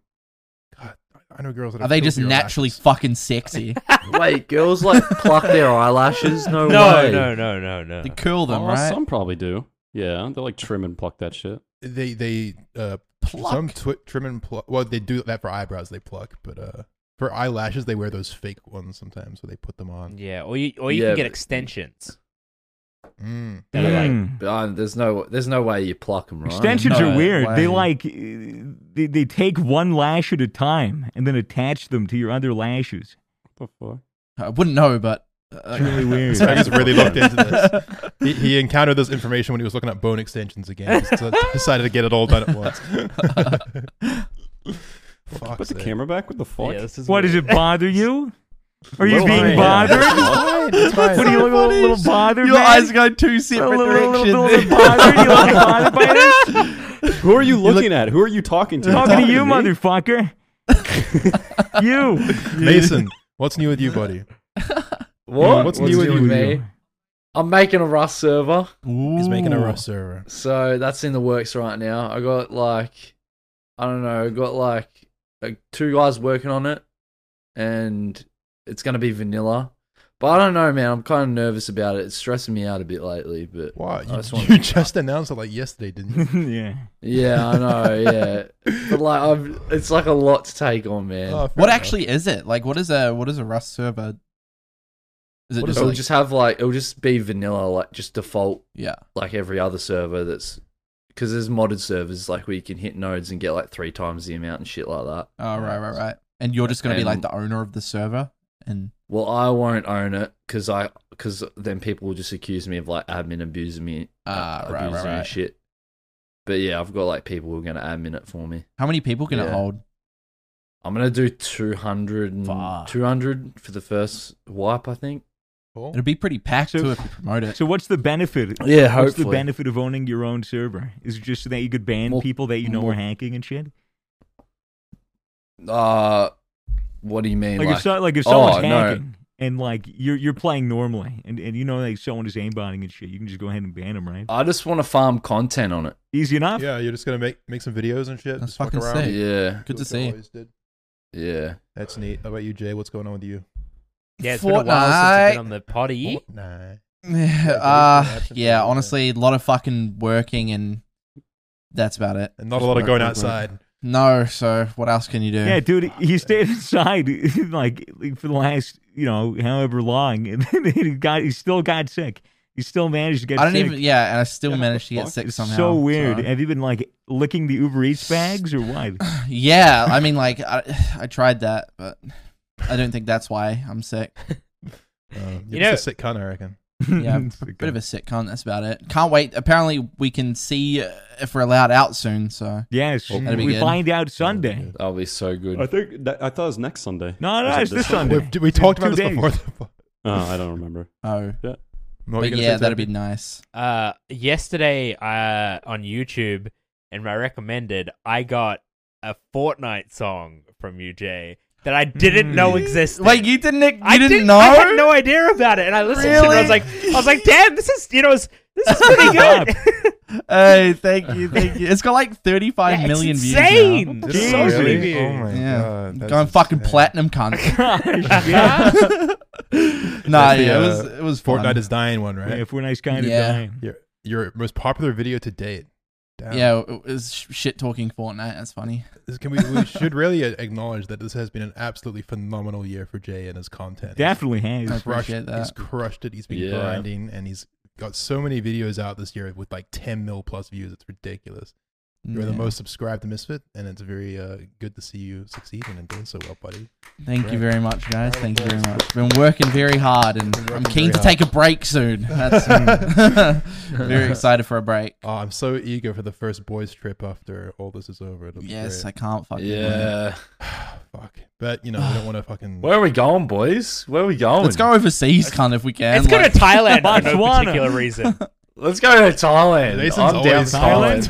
E: God, I- I know girls that
A: Are they
E: filthy
A: just naturally
E: eyelashes.
A: fucking sexy?
D: Wait, girls like pluck their eyelashes? No,
F: No,
D: way.
F: no, no, no, no.
A: they curl them,
B: Aw,
A: right?
B: Oh, Some probably do. Yeah, they like trim and pluck that shit.
E: They they uh some
A: Pluck.
E: twi- trim and pluck. Well, they do that for eyebrows. They pluck, but uh, for eyelashes they wear those fake ones sometimes where they put them on.
F: Yeah, or you or you
D: Yeah,
F: can get
D: but-
F: extensions.
E: Mm.
F: that are like-
C: Mm.
D: Uh, there's no, there's no way you pluck them, right?
C: Extensions
A: No
C: are weird.
A: way.
C: They like uh, they, they take one lash at a time and then attach them to your other lashes.
B: What the fuck?
A: I wouldn't know, but uh,
C: It's really weird.
E: So I just really looked into this. He, he encountered this information when he was looking at bone extensions again. So decided to get it all done at once. Fuck.
B: Put the camera back. What the fuck?
F: this is
C: What does it bother you? Are you
B: Little
C: being
B: man.
C: bothered?
E: It's fine.
C: What are you look a little,
A: funny.
C: little bothered?
A: Your
C: man?
A: eyes go two
C: little,
A: separate
C: little, little,
A: directions.
C: little, little bothered. You look bothered by this?
B: Who are you looking at? Who are you talking to?
C: Talking to you,
B: me?
C: motherfucker. you.
E: Mason, what's new with you, buddy?
D: What?
E: What's new with
D: new
E: you?
D: me? I'm making a Rust server,
E: He's making a
A: Ooh.
E: Rust server.
D: so that's in the works right now. I got like, I don't know, I got like, like two guys working on it, and it's gonna be vanilla. But I don't know, man. I'm kind of nervous about it. It's stressing me out a bit lately, but
E: Wow, you,
D: I just wanted
E: you
D: to-
E: just announced it like yesterday, didn't you?
C: yeah.
D: yeah, I know, yeah. But like, I've, it's like a lot to take on, man.
E: Oh, fair
A: What
E: enough.
A: actually is it? Like, what is a what is a Rust server? Is it
E: What
A: just
E: is
D: it'll
A: like,
D: Oh, just have like it'll just be vanilla, like just default,
A: yeah?
D: like every other server. That's because there's modded servers like where you can hit nodes and get like three times the amount and shit like that.
A: Oh, right, right, right. And you're just gonna be like
D: And-
A: the owner of the server, and
D: Well, I won't own it because I because then people will just accuse me of like admin abusing me, uh,
A: Ah, right, right,
D: abusing me and
A: right.
D: shit. But yeah, I've got like people who are gonna admin it for me.
A: how many people can it
D: Yeah.
A: hold?
D: I'm gonna do 200, and-
A: Fuck.
D: 200 for the first wipe, I think.
E: Cool.
A: It'll be pretty packed
C: So-
A: too if you promote it.
C: So what's the benefit?
D: Yeah,
C: What's the
D: hopefully.
C: benefit of owning your own server? Is it just so that you could ban
D: Well,
C: people that you know
D: well,
C: are hacking and shit?
D: Uh, what do you mean?
C: Like, if so, like if
D: oh,
C: someone's
D: no.
C: hacking and like you're you're playing normally and, and you know like someone is aimbotting and shit, you can just go ahead and ban them, right?
D: I just want to farm content on it.
C: Easy enough.
E: Yeah, you're just gonna make make some videos and shit.
A: That's
E: just fuck
A: fucking
E: around.
A: sick. Hey.
D: Yeah,
A: Good
E: Do
A: to
E: what you
A: see.
E: always did.
D: yeah.
E: That's neat. How about you, Jay? What's going on with you? Oh,
F: Yeah, it's been a while since I've been on the potty.
E: Nah.
A: Yeah,
E: Yeah,
A: uh,
E: there's been
A: yeah.
E: absent-
A: Honestly, a lot of fucking working, and that's about it.
E: And not a
A: Just
E: lot of
A: work,
E: going
A: work, work.
E: outside. Um,
A: No, so what else can you do?
C: Yeah, dude, he stayed inside like, like, for the last you know however long, and then he got he still got sick. He still managed to get.
A: I don't
C: sick.
A: even. Yeah, and I still
B: Yeah, what
A: managed to
B: the
A: get
B: fuck?
A: sick
C: It's
A: somehow.
C: so weird.
A: so-
C: Have you been like licking the Uber Eats bags or what?
A: Yeah, I mean, like I, I tried that, but I don't think that's why I'm sick.
E: Um,
F: You
E: you're
F: know-
E: just a sick cunt, I reckon.
A: Yeah,
C: It's like
A: Bit of a sick cunt. That's about it. Can't wait. Apparently, we can see uh, if we're allowed out soon. So
C: Yes,
A: That'd be
C: we
A: good.
C: find out Sunday.
D: That'll be so good.
B: I think that, I thought it was next Sunday.
C: No, no,
B: Is it
C: it's this
E: We,
C: Sunday.
E: we talked
C: two
E: about this
C: days.
E: before.
B: Oh, I don't remember.
A: oh,
E: What were you
A: but
E: gonna
A: yeah,
E: say,
A: that'd
E: Jay?
A: be nice.
F: Uh, yesterday, uh, on YouTube and my recommended, I got a Fortnite song from UJ that I didn't know existed.
A: Wait, Hmm. you didn't? You
F: I
A: didn't know?
F: I had no idea about it, and I listened to it. And I was like, I was like, damn, this is you know, it's- this is pretty good.
A: Hey, thank you, thank you. It's got like thirty-five
F: Yeah,
A: million
F: it's
A: views.
F: insane.
A: Now.
F: It's
C: Jesus.
F: so
C: Really?
F: many
E: Oh
F: views.
E: my
A: Yeah.
E: god. that's
A: Gone fucking
E: insane.
A: platinum cunt.
C: Gosh, yeah.
A: nah,
E: That's the,
A: yeah, it was
E: uh,
A: it was fun.
E: Fortnite is dying one, right?
C: If we're nice kind of
A: Yeah.
C: dying.
E: Your most popular video to date. Damn.
A: yeah, it was shit talking Fortnite. That's funny.
E: This- Can we, we should really uh, acknowledge that this has been an absolutely phenomenal year for Jay and his content. He's
C: Definitely has.
A: I
E: crushed,
A: appreciate that.
E: He's crushed it. He's been
B: Yeah.
E: grinding, and he's got so many videos out this year with like 10 mil plus views. It's ridiculous. You're the
A: Yeah.
E: most subscribed to Misfit, and it's very uh, good to see you succeeding and doing so well, buddy.
A: Thank you
E: Correct.
A: very much, guys.
E: Alright,
A: Thank you very
E: boys.
A: much. Been working very hard, and
E: Been
A: I'm
E: working very
A: keen to
E: hard.
A: take a break soon. That's um, very excited for a break.
E: Oh, I'm so eager for the first boys trip after all this is over. It'll be
A: Yes, I
E: great.
A: can't fucking. wait.
D: Yeah.
E: fuck. But you know, I don't want to fucking.
D: Where are we going, boys? Where are we going?
A: Let's go overseas, kind of if we can.
F: Let's go to
A: like-
F: Thailand for no
C: Botswana.
F: particular reason.
D: Let's go to Thailand.
E: Jason's
D: I'm down
E: always
D: for
E: Thailand.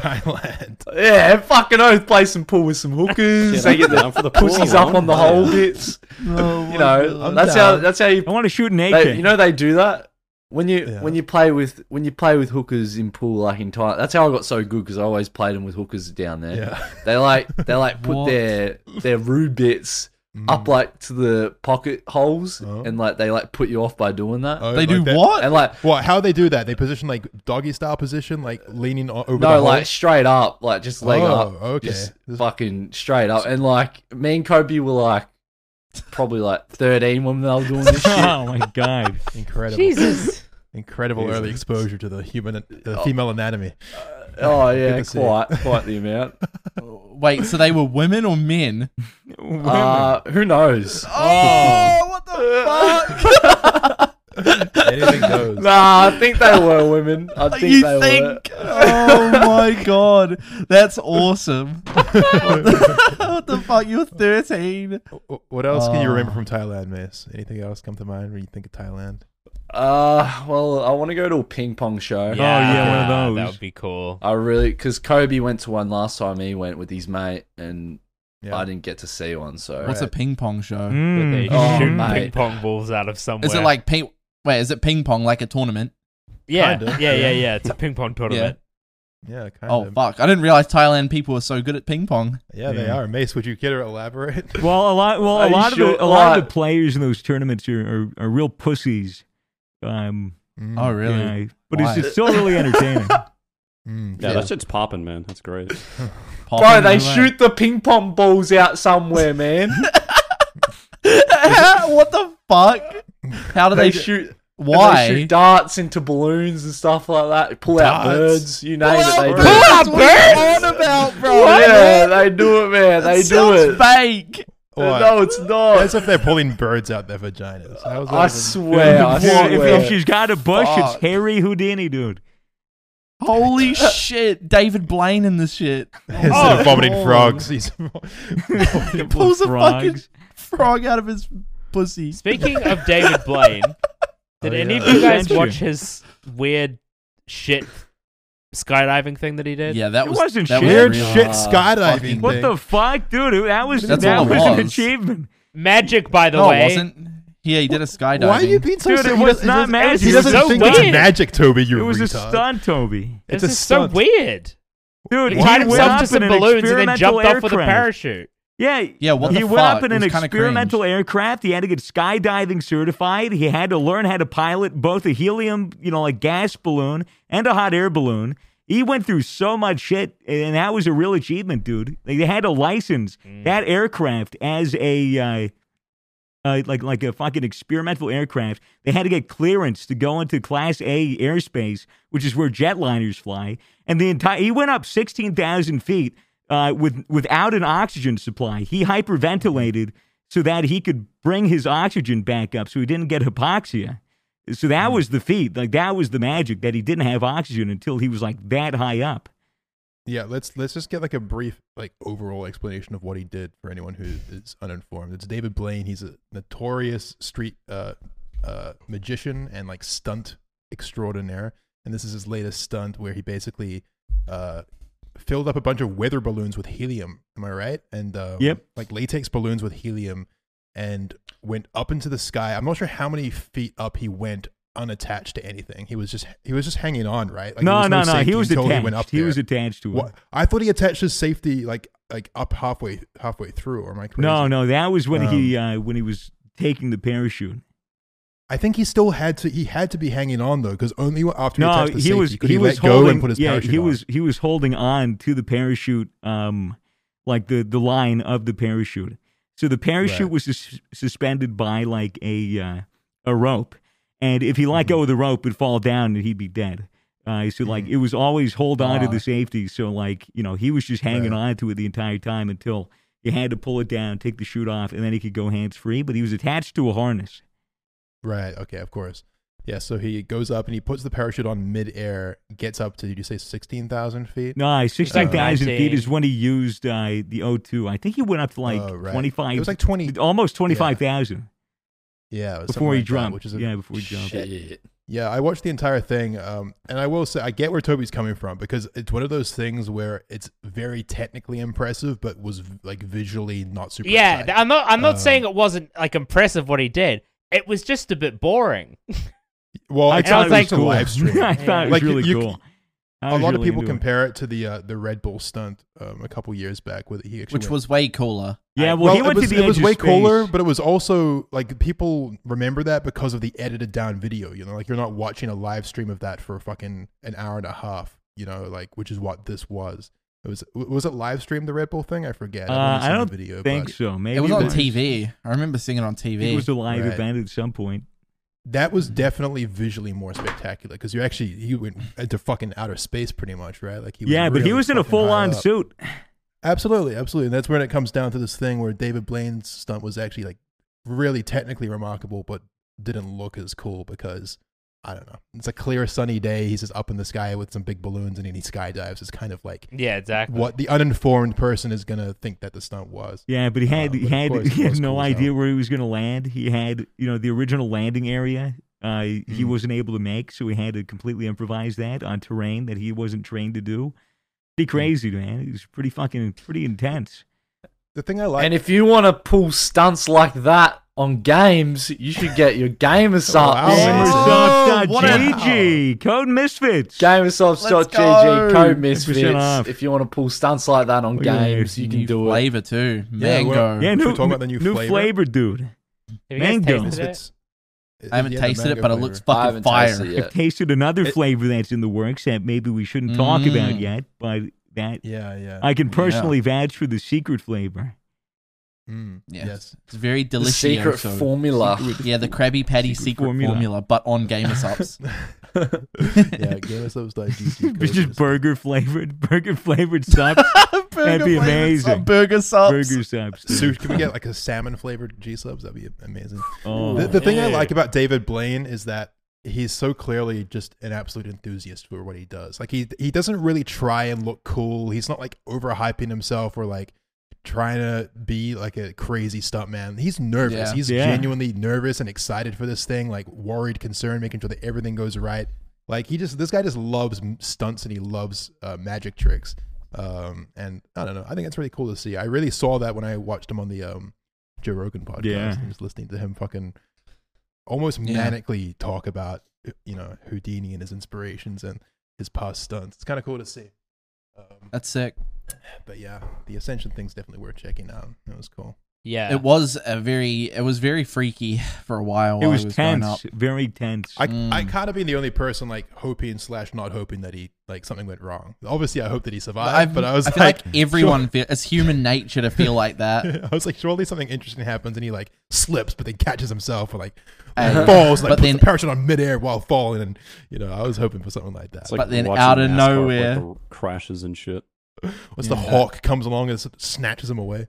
D: Thailand.
E: Thailand.
D: Yeah, fucking oath. Play some pool with some hookers. they get the
B: down for the pool
D: pussies up
B: alone.
D: on the
B: Hell
D: hole
B: yeah.
D: bits.
A: Oh,
E: I'm
D: You know, that's
E: down.
D: how. That's how you
C: I want to shoot an AK.
D: They, you know they do that when you
E: Yeah.
D: when you play with when you play with hookers in pool like in Thailand. That's how I got so good because I always played them with hookers down there.
E: Yeah.
D: They like they like put
A: What?
D: their their rude bits
E: Mm.
D: up like to the pocket holes
E: Oh.
D: and like they like put you off by doing that.
E: Oh,
A: they
E: like
A: do
E: that-
A: what?
D: And like
E: Well, how they do that? They position like doggy style position, like leaning o- over. the
D: no,
E: hole?
D: like straight up, like just leg
E: oh,
D: up,
E: Okay.
D: just
E: This-
D: fucking straight up. And like me and Kobe were like probably like thirteen when they were doing this shit.
C: oh my god.
E: incredible.
G: Jesus.
E: Incredible
B: Jesus.
E: early exposure to the human, the female anatomy.
D: Oh
E: Good
D: yeah,
E: to see.
D: quite quite the amount.
A: Wait, so they were women or men?
D: Uh, who knows?
A: Oh, what the fuck?
E: Anything goes.
D: Nah, I think they were women. I think
A: you
D: they
A: think? Oh my god, that's awesome. what the fuck? You're 13.
E: W- What else can you remember
A: Oh.
E: from Thailand, Miss? Anything else come to mind when you think of Thailand?
D: were. Uh, well, I want to go to a ping pong show.
C: yeah, one of
F: that
C: those.
F: would be cool.
D: I really, because Kobe went to one last time. He went with his mate, and
E: Yeah.
D: I didn't get to see one. So
A: What's a
E: Right.
A: ping pong show?
F: Where
C: Mm.
F: they
D: Oh,
F: shoot
D: mate.
F: ping pong balls out of somewhere.
A: Is it like ping? Wait, is it ping pong like a tournament?
F: yeah,
E: Kinda,
F: yeah,
E: yeah.
F: yeah, yeah? It's a ping pong tournament.
E: Yeah, kind
A: Oh
E: of.
A: fuck! I didn't realize Thailand people are so good at ping pong.
E: Yeah, they
C: Yeah.
E: are. Mace, would you care to elaborate?
C: Well, a lot. Well,
D: Are
C: a
D: you
C: lot
D: sure-
C: of the, a lot of the players in those tournaments are, are, are real pussies. Um,
E: Mm,
A: Oh really?
C: yeah, but
A: Why?
C: it's, it's still really entertaining.
E: mm,
B: Yeah,
E: yeah.
B: that shit's popping, man. That's great.
A: Popping
D: bro, they
A: away.
D: shoot the ping pong balls out somewhere, man.
A: what the fuck? How do
D: they
A: they?
D: shoot. and
A: why?
D: They shoot darts into balloons and stuff like that. Pull out
E: Darts?
D: birds. You name it,
A: Well,
D: they do. Oh,
A: bro, that's what you're on about, bro.
D: yeah, they do it, man. They do
A: sounds
D: it.
A: fake.
E: What?
D: No, it's not.
E: That's Oh, if they're pulling birds out their vaginas. How is that
D: I
E: even-
D: swear. I
C: If-
D: swear.
C: if, if she's got a bush, it's Harry Houdini, dude.
A: Holy shit! David Blaine in this shit.
E: Instead
A: Oh,
E: of vomiting
A: God.
E: frogs, he's
A: He pulls a fucking
C: Frogs.
A: frog out of his pussy.
F: Speaking of David Blaine, did
E: Oh,
F: any
E: yeah.
F: of you guys
C: Adventure.
F: watch his weird shit skydiving thing that he did?
A: Yeah, that
C: It
A: was
C: wasn't
A: that was
E: weird
A: real.
E: shit
D: Uh,
E: skydiving.
C: What
E: thing.
C: the fuck, dude? It- That was
A: That's
C: that
A: all it
C: was, an
A: was.
C: achievement,
F: Magic, by the
A: No,
F: way.
A: it wasn't. Yeah, he did a skydiving.
E: Why are you being so
C: dude. It
E: serious?
C: was
E: He
C: not
E: doesn't-
C: magic.
E: He
F: It's
E: doesn't
F: so
E: think
F: weird.
E: it's magic, Toby. You
C: It was a
E: retard.
C: stunt, Toby.
E: It's
F: This
E: a
F: is so
E: stunt.
F: weird.
C: Dude,
F: He
C: he
F: tied
C: went
F: himself
C: up
F: to
C: in
F: some
C: an
F: balloons and then
C: experimental
F: jumped off with a
C: aircraft.
F: parachute.
C: Yeah,
A: Yeah, what
C: he
A: the
C: went
A: fuck?
C: up in
A: It
C: an
A: was kinda
C: experimental
A: cringe.
C: aircraft. He had to get skydiving certified. He had to learn how to pilot both a helium, you know, a gas balloon and a hot air balloon. He went through so much shit, and that was a real achievement, dude. Like, They had to license
A: Mm.
C: that aircraft as a uh, uh, like like a fucking experimental aircraft. They had to get clearance to go into Class A airspace, which is where jetliners fly. And the entire he went up sixteen thousand feet uh, with without an oxygen supply. He hyperventilated so that he could bring his oxygen back up, so he didn't get hypoxia. So
E: Hmm.
C: that was the feat, like that was the magic that he didn't have oxygen until he was like that high up.
E: Yeah, let's let's just get like a brief like overall explanation of what he did for anyone who is uninformed. It's David Blaine. He's a notorious street uh, uh, magician and like stunt extraordinaire. And this is his latest stunt where he basically uh, filled up a bunch of weather balloons with helium. Am I right? And uh,
C: Yep.
E: like latex balloons with helium, and went up into the sky. I'm not sure how many feet up he went unattached to anything. He was just he was just hanging on, right? Like,
C: no,
E: there
C: no, no. He
E: safety
C: was
E: until
C: attached. He,
E: went up
C: was
E: there.
C: attached to it.
E: What? I thought he attached his safety like like up halfway halfway through. Or am I crazy?
C: No, no. That was when he
E: Um,
C: uh, when he was taking the parachute.
E: I think he still had to. He had to be hanging on though, because only after he
C: No,
E: attached the
C: he
E: safety
C: was
E: could
C: he
E: he,
C: was
E: let go
C: holding.
E: and put his
C: yeah,
E: parachute
C: he
E: on.
C: was he was holding on to the parachute, um, like the the line of the parachute. So the parachute
E: Right.
C: was sus- suspended by like a uh, a rope, and if he let
E: Mm-hmm.
C: go of the rope, it'd fall down and he'd be dead. Uh, so like it was always hold on to
A: Ah.
C: the safety. So like you know he was just hanging
E: Right.
C: on to it the entire time until you had to pull it down, take the chute off, and then he could go hands free. But he was attached to a harness.
E: Right. Okay. Of course. Yeah. So he goes up and he puts the parachute on midair, gets up to did you say sixteen thousand feet?
C: No, nah, sixteen thousand feet
F: 19.
C: is when he used uh, the O2. I think he went up to like
E: Oh, right.
C: twenty five.
E: It was like twenty.
C: almost twenty five thousand
E: Yeah. it was something
C: before he
E: like that,
C: jumped.
E: which is a,
C: yeah, before he jumped.
D: Shit.
E: Yeah, I watched the entire thing, um, and I will say I get where Toby's coming from because it's one of those things where it's very technically impressive, but was like visually not super.
F: yeah,
E: tight.
F: th- I'm not. I'm not
A: Oh.
E: Um,
F: saying it wasn't like impressive what he did. It was just a bit boring.
E: well,
C: I
E: it's not
F: thought it
E: like
F: was
E: a
C: cool.
E: live stream.
C: I thought it was
E: Like, you-
C: really
E: you-
C: cool. I
E: a
C: was
E: lot of
C: really
E: people
C: into it.
E: compare it to the uh, the Red Bull stunt um, a couple years back, where he actually
A: which
E: went-
A: was way cooler.
C: Yeah, well, he
E: it
C: went
E: was,
C: to the
E: it was
C: edge
E: way
C: of space.
E: cooler, but it was also like people remember that because of the edited down video. You know, like you're not watching a live stream of that for fucking an hour and a half. You know, like which is what this was. It was w- was it live streamed the Red Bull thing? I forget. I've
C: Uh,
E: only
C: I
E: seen the
C: don't
E: video,
C: think
E: but
C: so. Maybe
A: it was on
C: was.
A: TV. I remember seeing it on TV.
C: It was a live
E: Right.
C: event at some point.
E: that was definitely visually more spectacular because you actually he went into fucking outer space pretty much, right? Like he was
C: yeah, but he
E: really
C: was in a
E: fucking high
C: full on
E: up.
C: suit.
E: Absolutely, absolutely. And that's when it comes down to this thing where David Blaine's stunt was actually like really technically remarkable, but didn't look as cool because I don't know. It's a clear sunny day. He's just up in the sky with some big balloons and then he skydives. It's kind of like
F: Yeah, exactly.
E: what the uninformed person is gonna think that the stunt was.
C: Yeah, but he had
E: Uh,
C: he
E: but of
C: had
E: course
C: he
E: it
C: had
E: was
C: no
E: cool as
C: idea
E: hell.
C: where he was going to land. He had you know the original landing area. Uh, he
E: Mhm.
C: wasn't able to make, so he had to completely improvise that on terrain that he wasn't trained to do. Pretty
E: Mm.
C: crazy, man. It was pretty fucking pretty intense.
E: The thing I like
D: And if you want to pull stunts like that on games, you should get your Gamersoft.
E: Wow.
D: wow.
A: Oh, what a-
C: Gamersoft.gg, Code Misfits.
A: Let's go.
D: Gamersoft.gg code
C: 10%
D: misfits.
C: off.
D: If you want to pull stunts like that on
C: Look at that.
D: games, you can
A: New
D: do it.
A: flavor too. Mango.
E: well,
C: yeah,
E: If
C: new,
E: we're talking about the
C: new,
E: new
C: flavor.
E: flavor.
C: dude.
F: Have you guys
C: Mango.
F: tasted it?
E: Misfits-
A: I haven't
E: yeah, the
A: tasted it,
E: mango
A: but it
E: flavor.
A: looks
D: I
A: fucking
D: haven't
A: fire.
D: tasted it yet.
C: Tasted another
E: It-
C: flavor that's in the works that maybe we shouldn't talk about
A: Mm.
C: yet, but that
E: Yeah, yeah.
C: I can personally vouch for the secret flavor.
E: Mm,
A: Yes.
E: yes.
A: It's very
D: The
A: delicious.
D: secret formula.
A: Yeah, the Krabby Patty
C: Secret
A: secret,
C: formula.
A: formula. but on Gamersops.
E: yeah, GameSubs.gg.
C: It's just
E: code
C: burger flavored, burger flavored subs, That'd be
A: flavor
C: amazing.
A: sub- Burger subs.
C: burger subs.
E: is-
C: dude.
E: So can we get like a salmon flavored G subs? That'd be amazing.
C: Oh.
E: the, the thing I
F: Yeah.
E: like about David Blaine is that he's so clearly just an absolute enthusiast for what he does. Like he he doesn't really try and look cool. He's not like overhyping himself or like trying to be like a crazy stuntman. He's nervous.
A: Yeah.
E: He's
C: Yeah.
E: genuinely nervous and excited for this thing, like worried, concerned, making sure that everything goes right. Like he just this guy just loves m- stunts and he loves uh, magic tricks. Um and I don't know. I think it's really cool to see. I really saw that when I watched him on the um Joe Rogan podcast
C: Yeah.
E: and just listening to him fucking almost
A: Yeah.
E: manically talk about you know Houdini and his inspirations and his past stunts. It's kind of cool to see. Um,
A: That's sick.
E: but yeah, the Ascension thing's definitely worth checking out. It was cool.
F: Yeah.
A: It was a very, it was very freaky for a while.
C: it
A: while
C: was
A: it was going up.
C: tense, very tense.
E: I
A: Mm.
E: I kind of been the only person like hoping slash not hoping that he like something went wrong. Obviously, I hope that he survived.
A: I've-
E: but I was
A: I feel like,
E: like,
A: everyone feel, it's human nature to feel like that.
E: I was like, surely something interesting happens, and he like slips, but then catches himself, or like
A: Hey,
E: falls, like
A: Uh-huh. but
E: puts
A: then-
E: the parachute on midair while falling, and you know, I was hoping for something like that.
B: It's like
A: But then
B: watching
A: out of
B: NASCAR
A: nowhere-
B: with, like, the crashes and shit.
E: Once the
A: Yeah.
E: hawk comes along and s- snatches him away.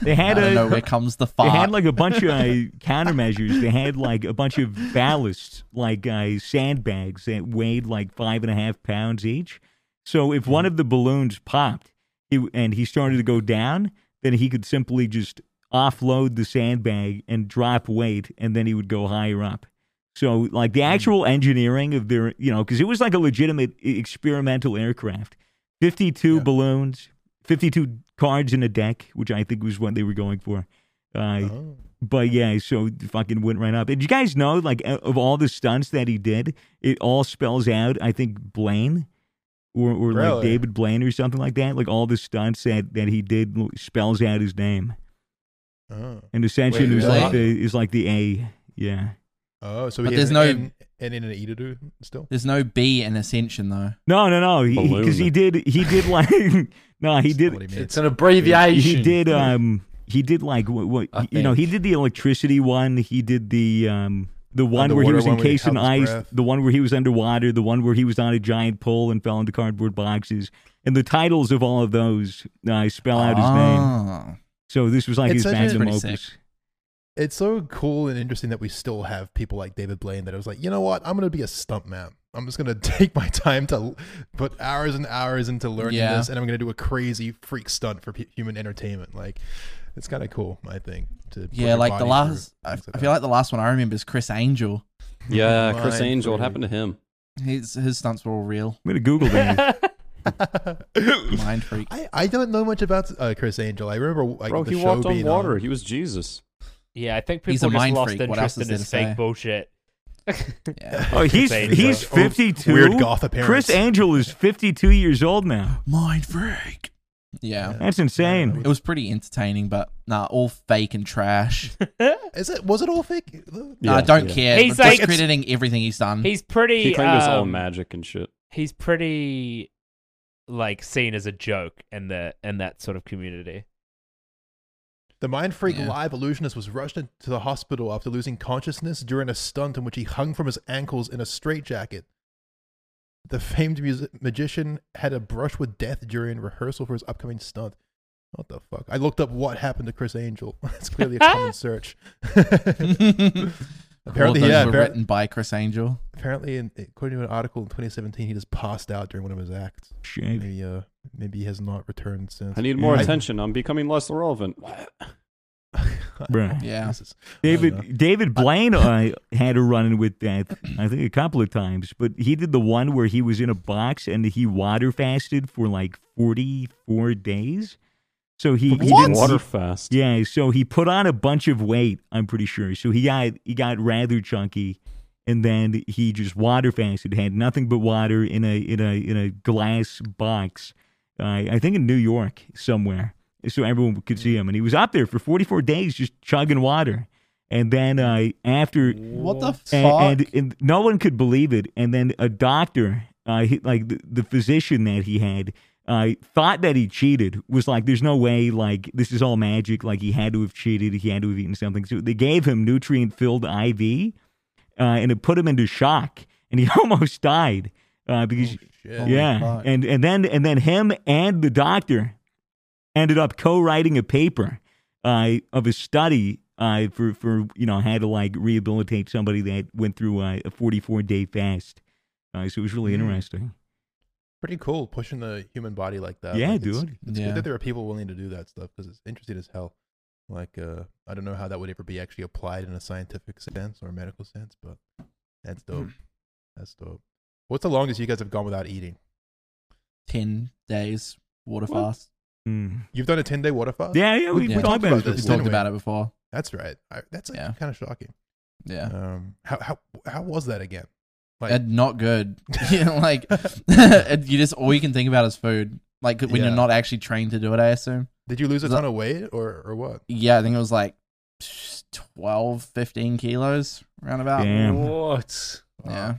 C: They had
A: Out of
C: a-
A: nowhere comes the
C: They had
A: fart.
C: like a bunch of uh, countermeasures. They had like a bunch of ballast, like uh, sandbags that weighed like five and a half pounds each. So if
E: Hmm.
C: one of the balloons popped he, and he started to go down, then he could simply just offload the sandbag and drop weight, and then he would go higher up. So like
E: Hmm.
C: the actual engineering of their, you know, because it was like a legitimate e- experimental aircraft. 52
E: Yeah.
C: balloons, 52 cards in a deck, which I think was what they were going for. Uh,
E: Oh.
C: but yeah, so it fucking went right up. And you guys know, like, o- of all the stunts that he did, it all spells out, I think, Blaine or, or like
E: Really?
C: David Blaine or something like that. Like, all the stunts that, that he did l- spells out his name.
E: Oh.
C: And Ascension
E: Wait,
C: is,
A: really?
C: like the, is like the A. Yeah.
E: Oh, so
A: But
E: he
A: there's
E: has an
A: no-
E: N and in an E to do still.
A: There's no B in Ascension though.
C: No, no, no. Because he,
B: Balloon.
C: did, he did like, no, he did,
E: Bloody man.
D: It's an abbreviation.
C: he did, um, he did like what, what
D: I
C: you know,
D: think.
C: he did the electricity one. He did the, um, the one where he
E: Underwater
C: was
E: Oh, one where he
C: encased in
E: held his
C: ice,
E: breath.
C: the one where he was underwater, the one where he was on a giant pole and fell into cardboard boxes. And the titles of all of those uh, spell out his name.
A: Ah.
C: So this was like
E: It's
C: his
E: such a-
C: magnum
A: Pretty
C: opus.
A: sick.
E: It's so cool and interesting that we still have people like David Blaine that I was like, you know what? I'm gonna be a stunt man. I'm just gonna take my time to l- put hours and hours into learning
A: Yeah.
E: this, and I'm gonna do a crazy freak stunt for p- human entertainment. Like, it's kind of cool, I think. To put
A: Yeah,
E: your
A: like the
E: body
A: last.
E: through
A: I,
E: things
A: I
E: that.
A: feel like the last one I remember is Chris Angel.
B: Yeah, Chris
E: Mind
B: Angel. What
E: free.
B: happened to him?
A: His his stunts were all real.
C: I'm going to Google that.
A: Mind freak.
E: I, I don't know much about uh, Chris Angel. I remember like
B: Bro,
E: the
B: he
E: show
B: walked on
E: being
B: water. He was Jesus.
F: Yeah, I think people
A: He's a
F: just
A: mind
F: lost
A: freak. What
F: interest
A: else
F: in
A: is
F: his
A: there to
F: fake
A: say?
F: bullshit.
A: Yeah.
C: oh, he's,
F: Angel.
C: he's
E: Oh, weird
C: 52.
E: goth appearance.
C: Chris Angel is 52 years old now.
A: Mind freak. Yeah.
C: That's insane.
A: It was pretty entertaining, but nah, all fake and trash.
E: Is it was it all fake?
A: Nah, I don't
B: yeah.
A: care.
F: He's
A: He's
F: like-
A: discrediting everything he's done.
F: He's pretty.
B: He claimed it was all
F: um,
B: magic and shit.
F: He's pretty, like seen as a joke in the in that sort of community.
E: The mind freak
A: Yeah.
E: live illusionist was rushed into the hospital after losing consciousness during a stunt in which he hung from his ankles in a straitjacket. The famed mus magician had a brush with death during rehearsal for his upcoming stunt. What the fuck? I looked up what happened to Chris Angel. It's clearly a common search.
A: Apparently,
E: apparently,
A: those
E: yeah.
A: were
E: appar-
A: written by Chris Angel.
E: apparently, in, according to an article in 2017, he just passed out during one of his acts.
C: Shit.
E: Maybe, uh, maybe he has not returned since.
B: I need more
C: I-
B: attention. I'm becoming less relevant.
C: Bruh.
A: Yeah.
E: Jesus. I
C: David David Blaine uh, had a run in with that, I think a couple of times, but he did the one where he was in a box and he water fasted for like forty four days. So he, he
B: He
C: didn't-
B: did water fast.
C: yeah, so he put on a bunch of weight. I'm pretty sure. So he got he got rather chunky, and then he just water fasted, had nothing but water in a in a in a glass box. Uh, I think in New York somewhere, so everyone could see him. And he was up there for 44 days just chugging water. And then uh, after
A: What the fuck?
C: and, and, and no one could believe it. And then a doctor, uh, he, like the, the physician that he had, uh, thought that he cheated. Was like, there's no way. Like this is all magic. Like he had to have cheated. He had to have eaten something. So they gave him nutrient filled IV, uh, and it put him into shock, and he almost died uh, because
E: shit.
C: yeah,
A: fuck.
C: and and then and then him and the doctor ended up co-writing a paper uh, of a study uh, for for you know how to like rehabilitate somebody that went through uh, a 44 day fast. Uh, so it was really
E: Hmm.
C: interesting.
E: pretty cool pushing the human body like that.
C: Yeah,
E: like, It's,
C: dude.
E: it's
A: Yeah.
E: good that there are people willing to do that stuff because it's interesting as hell. Like, uh, I don't know how that would ever be actually applied in a scientific sense or a medical sense, but that's
A: Hmm.
E: dope. That's dope. What's the longest you guys have gone without eating?
A: Ten days water
B: What?
A: fast.
C: Hmm.
E: You've done a ten day water fast.
C: Yeah, yeah, we,
A: Yeah.
C: we
E: Uh,
A: We
C: talked
E: talked
C: about,
E: about this.
C: it.
A: We
C: before.
A: talked
E: Anyway.
A: about it before.
E: that's right. I, that's like
A: Yeah.
E: kind of shocking.
A: Yeah.
E: Um, how how how was that again? Like,
A: and not good. Yeah, like and you just all you can think about is food. Like when
E: Yeah.
A: you're not actually trained to do it, I assume.
E: did you lose a
A: the-
E: ton of weight or or what?
A: Yeah, I think it was like 12, 15 kilos roundabout.
C: Yeah. Damn.
D: What?
A: Yeah.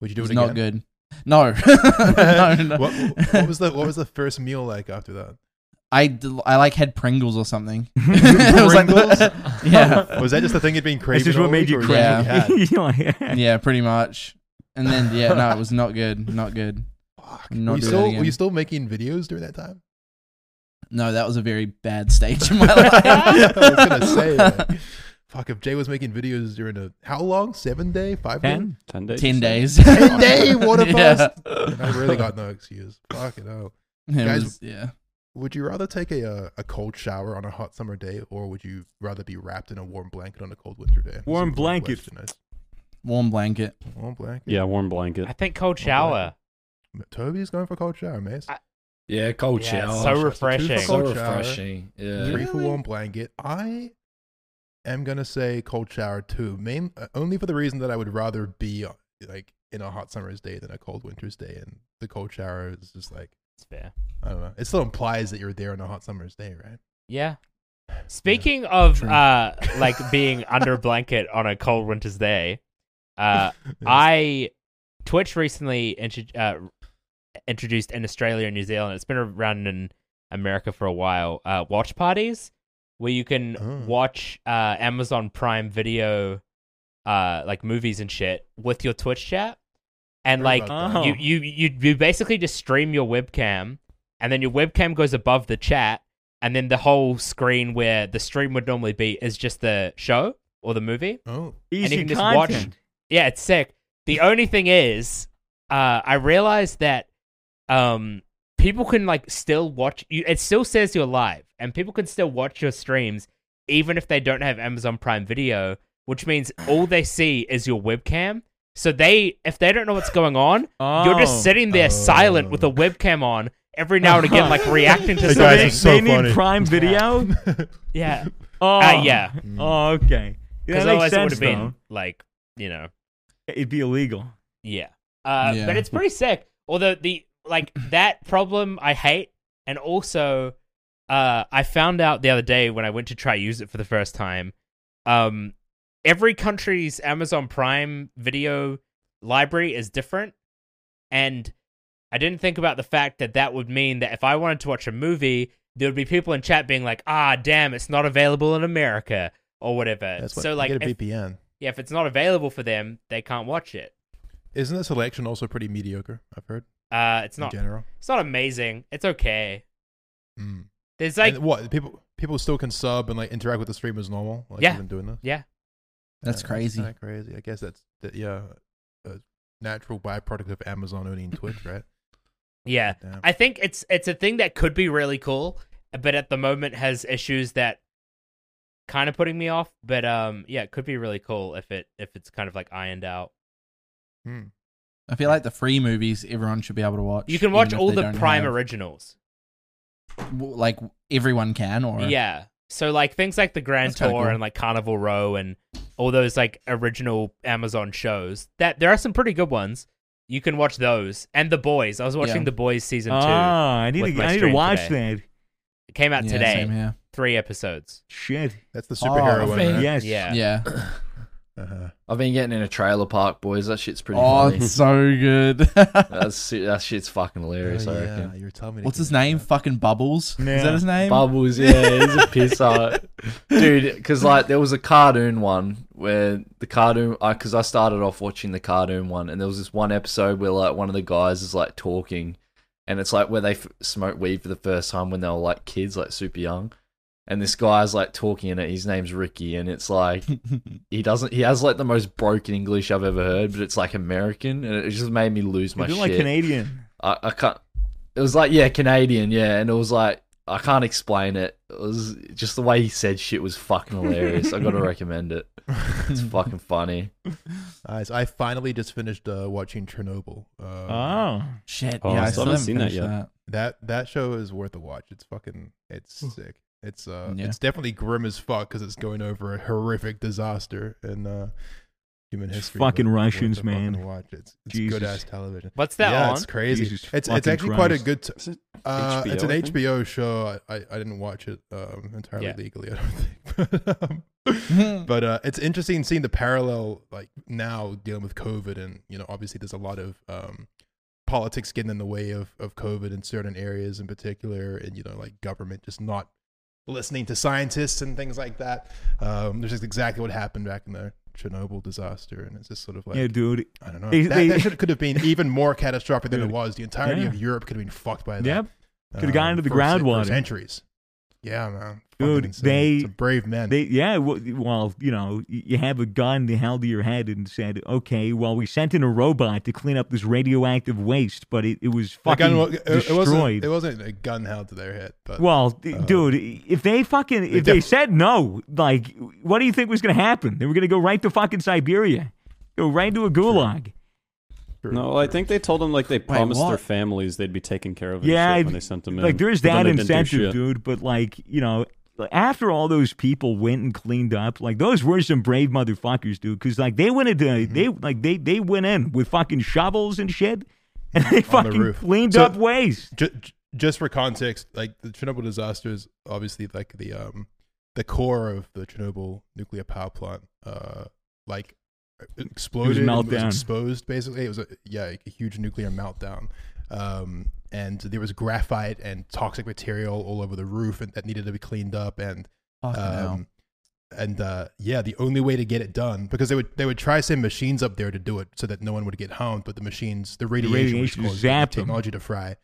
E: Would you
A: It
E: do
A: was
E: it,
A: not
E: again?
A: good. No, no, no.
E: what, what was the what was the first meal like after that?
A: I, d- I like had Pringles or something. it was like the- yeah,
E: Was that just the thing you'd been craving?
C: This is what
E: all
C: made
E: week,
C: you
E: or
C: crazy.
A: Yeah.
E: Yeah.
A: yeah, pretty much. And then yeah, no, it was not good. Not good.
E: Fuck.
A: Not
E: were, you
A: do that
E: still, were
A: again.
E: you still making videos during that time?
A: No, that was a very bad stage in my life.
E: I was gonna say, like, fuck, if Jay was making videos during a how long? Seven day, five day,
C: Ten?
B: Ten days.
A: ten days.
E: ten day water
A: Yeah.
E: fast. I really got no excuse. Fucking hell.
A: It
E: Guys-
A: was- yeah.
E: Would you rather take a, uh, a cold shower on a hot summer day, or would you rather be wrapped in a warm blanket on a cold winter day?
C: Warm
E: Simple
C: blanket.
E: question, guys.
A: warm blanket.
E: Warm blanket.
B: Yeah, warm blanket.
F: I think cold shower.
E: Toby's going for cold shower, mate.
F: I-
D: Yeah, cold
F: Yeah,
D: shower.
F: so
E: Substitute for
F: refreshing.
E: cold
D: So
E: shower.
D: refreshing. Yeah.
E: Three for warm blanket. I am gonna say cold shower too. Main uh, only for the reason that I would rather be uh, like in a hot summer's day than a cold winter's day, and the cold shower is just like
F: It's fair.
E: I don't know. It still implies that you're there on a hot summer's day, right?
F: Yeah. Speaking of
A: True.
F: uh, like being under a blanket on a cold winter's day, uh, I Twitch recently intro- uh, introduced in Australia and New Zealand. It's been around in America for a while. Uh, watch parties where you can
E: Oh.
F: watch uh, Amazon Prime Video, uh, like movies and shit, with your Twitch chat, and
E: Heard
F: like uh-huh.
E: about
C: Oh.
E: that.
F: you, you you you basically just stream your webcam and then your webcam goes above the chat and then the whole screen where the stream would normally be is just the show or the movie
E: oh,
F: and
C: Easy
F: you can just watch-
C: content.
F: yeah it's sick the only thing is uh, i realized that um, people can like still watch you it still says you're live and people can still watch your streams even if they don't have amazon prime video which means all they see is your webcam so they if they don't know what's going on you're
C: Oh.
F: just sitting there silent with a webcam on every now and again, like reacting to
E: Hey,
C: So
E: guys,
C: they,
F: something.
E: it's so
C: they need
E: funny.
C: Prime Video.
F: Yeah.
C: Oh
F: Uh, yeah.
C: Oh okay. Yeah,
F: Because
C: that makes
F: otherwise it would
C: sense.
F: have
C: though.
F: been like, you know,
C: It'd be illegal.
F: yeah. Uh,
A: Yeah.
F: But it's pretty sick. Although the like that problem I hate, and also uh, I found out the other day when I went to try use it for the first time. Um, every country's Amazon Prime Video library is different, and I didn't think about the fact that that would mean that if I wanted to watch a movie, there would be people in chat being like, "Ah, damn, it's not available in America." Or whatever.
E: that's what
F: so like,
E: you get a
F: if,
E: VPN.
F: yeah, if it's not available for them, they can't watch it.
E: Isn't the selection also pretty mediocre? I've heard
F: Uh, it's
E: in
F: not.
E: general.
F: It's not amazing. It's okay.
E: Mm.
F: There's like,
E: and what people people still can sub and like interact with the stream as normal. Like
F: Yeah.
E: even doing this.
F: yeah,
A: That's crazy.
E: Kind of crazy. I guess that's that, yeah, a natural byproduct of Amazon owning Twitch, right?
F: yeah.
E: Damn.
F: I think it's it's a thing that could be really cool, but at the moment has issues that kind of putting me off. But um, yeah, it could be really cool if it if it's kind of like ironed out.
E: Hmm.
A: I feel like the free movies everyone should be able to watch.
F: You can watch
A: even if
F: all
A: they
F: the
A: don't
F: Prime
A: have-
F: originals.
A: w- like everyone can, or
F: Yeah. So like things like the Grand
A: That's kinda
F: Tour
A: cool.
F: and like Carnival Row and all those like original Amazon shows. That there are some pretty good ones. You can watch those and The Boys. I was watching
A: Yeah.
F: The Boys season two.
C: Ah, I need
F: with
C: to.
F: my
C: I need to
F: stream
C: watch that.
F: It came out
A: Yeah,
F: today.
A: same here.
F: Three episodes.
C: Shit.
E: That's the superhero
A: Oh,
E: one.
A: man.
E: Right?
C: Yes.
F: Yeah.
A: Yeah.
E: Uh-huh.
D: I've been getting in a trailer park, boys. That shit's pretty
A: Oh,
D: funny.
A: it's so good.
D: That's se- that shit's fucking hilarious.
E: Oh,
D: I
E: yeah,
D: reckon.
E: you were telling me. to
A: What's
E: get
A: his
E: into
A: name?
E: that.
A: Fucking Bubbles. Is
C: Yeah.
A: that his name?
D: Bubbles, yeah, he's a piss out, dude. Because like there was a cartoon one where the cartoon, because I started off watching the cartoon one, and there was this one episode where like one of the guys is like talking, and it's like where they f- smoke weed for the first time when they were like kids, like super young, and this guy's like talking in it. His name's Ricky, and it's like he doesn't, he has like the most broken English I've ever heard, but it's like American, and it just made me lose my
C: They're
D: shit.
C: like Canadian.
D: I, I can't. It was like yeah, Canadian, yeah, and it was like I can't explain it. It was just the way he said shit was fucking hilarious. I gotta recommend it. It's fucking funny.
E: Guys, I finally just finished uh, watching Chernobyl. Uh,
F: Ah.
C: Oh.
A: Shit.
B: Oh,
A: yeah,
B: I
A: I
B: still haven't
A: still haven't
B: seen that
A: finished
B: yet.
E: That that show is worth a watch. It's fucking it's
C: Hmm.
E: sick. It's uh
A: Yeah.
E: it's definitely grim as fuck because it's going over a horrific disaster in uh human
C: It's
E: history.
C: fucking
E: but worth
C: Russians,
E: a fucking
C: man.
E: Watch it's, it's
C: Jesus.
E: good ass television.
F: What's that
E: yeah,
F: on?
E: it's crazy.
C: Jesus
E: it's it's
C: fucking
E: actually quite a
C: Christ.
E: good. T-
B: Is it
E: uh, it's an
B: HBO, I think?
E: HBO show. I, I, I didn't watch it um, entirely
F: Yeah.
E: legally. I don't think. But, um,
A: that.
E: but uh, it's interesting seeing the parallel like now dealing with covid and you know obviously there's a lot of um, politics getting in the way of, of covid in certain areas in particular and you know like government just not listening to scientists and things like that um, there's just exactly what happened back in the chernobyl disaster and it's just sort of like
C: yeah, dude.
E: i don't know
C: They-
E: that,
C: they-
E: that should, could have been even more catastrophic than it
C: Dude.
E: was the entirety
C: Yeah.
E: of europe could have been fucked by that Uh,
C: Yep. Could've gone into the
E: for cen- for
C: groundwater.
E: centuries yeah man
C: Dude,
E: Fucking insane.
C: they-
E: Some brave men
C: They, yeah, w- well, you know, y- you have a gun held to your head and said, okay, well, we sent in a robot to clean up this radioactive waste, but it, it was
E: The
C: fucking
E: wa- it- it,
C: destroyed.
E: wasn't, it wasn't a gun held to their head, but
C: well, d-
E: uh,
C: dude, if they fucking, if they
E: definitely-
C: said no, like, what do you think was going to happen? They were going to go right to fucking Siberia, go right to a gulag.
B: No, I think they told them like they promised their
A: what?
B: families they'd be taken care of. and
C: Yeah,
B: shit
C: I'd-
B: when they sent them in.
C: Like, there's
B: But then
C: that
B: they didn't do
C: incentive,
B: shit.
C: dude, but like, you know, after all those people went and cleaned up, like those were some brave motherfuckers, dude. Because like they went into
B: Mm-hmm.
C: they like they they went in with fucking shovels and shit, and they fucking
E: roof.
C: cleaned
E: So-
C: up waste.
E: just, just for context, like the Chernobyl disaster is obviously like the um the core of the Chernobyl nuclear power plant. Uh, like it exploded, and
C: meltdown.
E: exposed. Basically, it was a yeah a huge nuclear meltdown. Um, and there was graphite and toxic material all over the roof, and that needed to be cleaned up. And
A: Fucking hell.
E: um, and uh, yeah, the only way to get it done because they would they would try send machines up there to do it so that no one would get harmed, but the machines the radiation,
C: radiation
E: was
C: zapped 'em.
E: the technology to fry,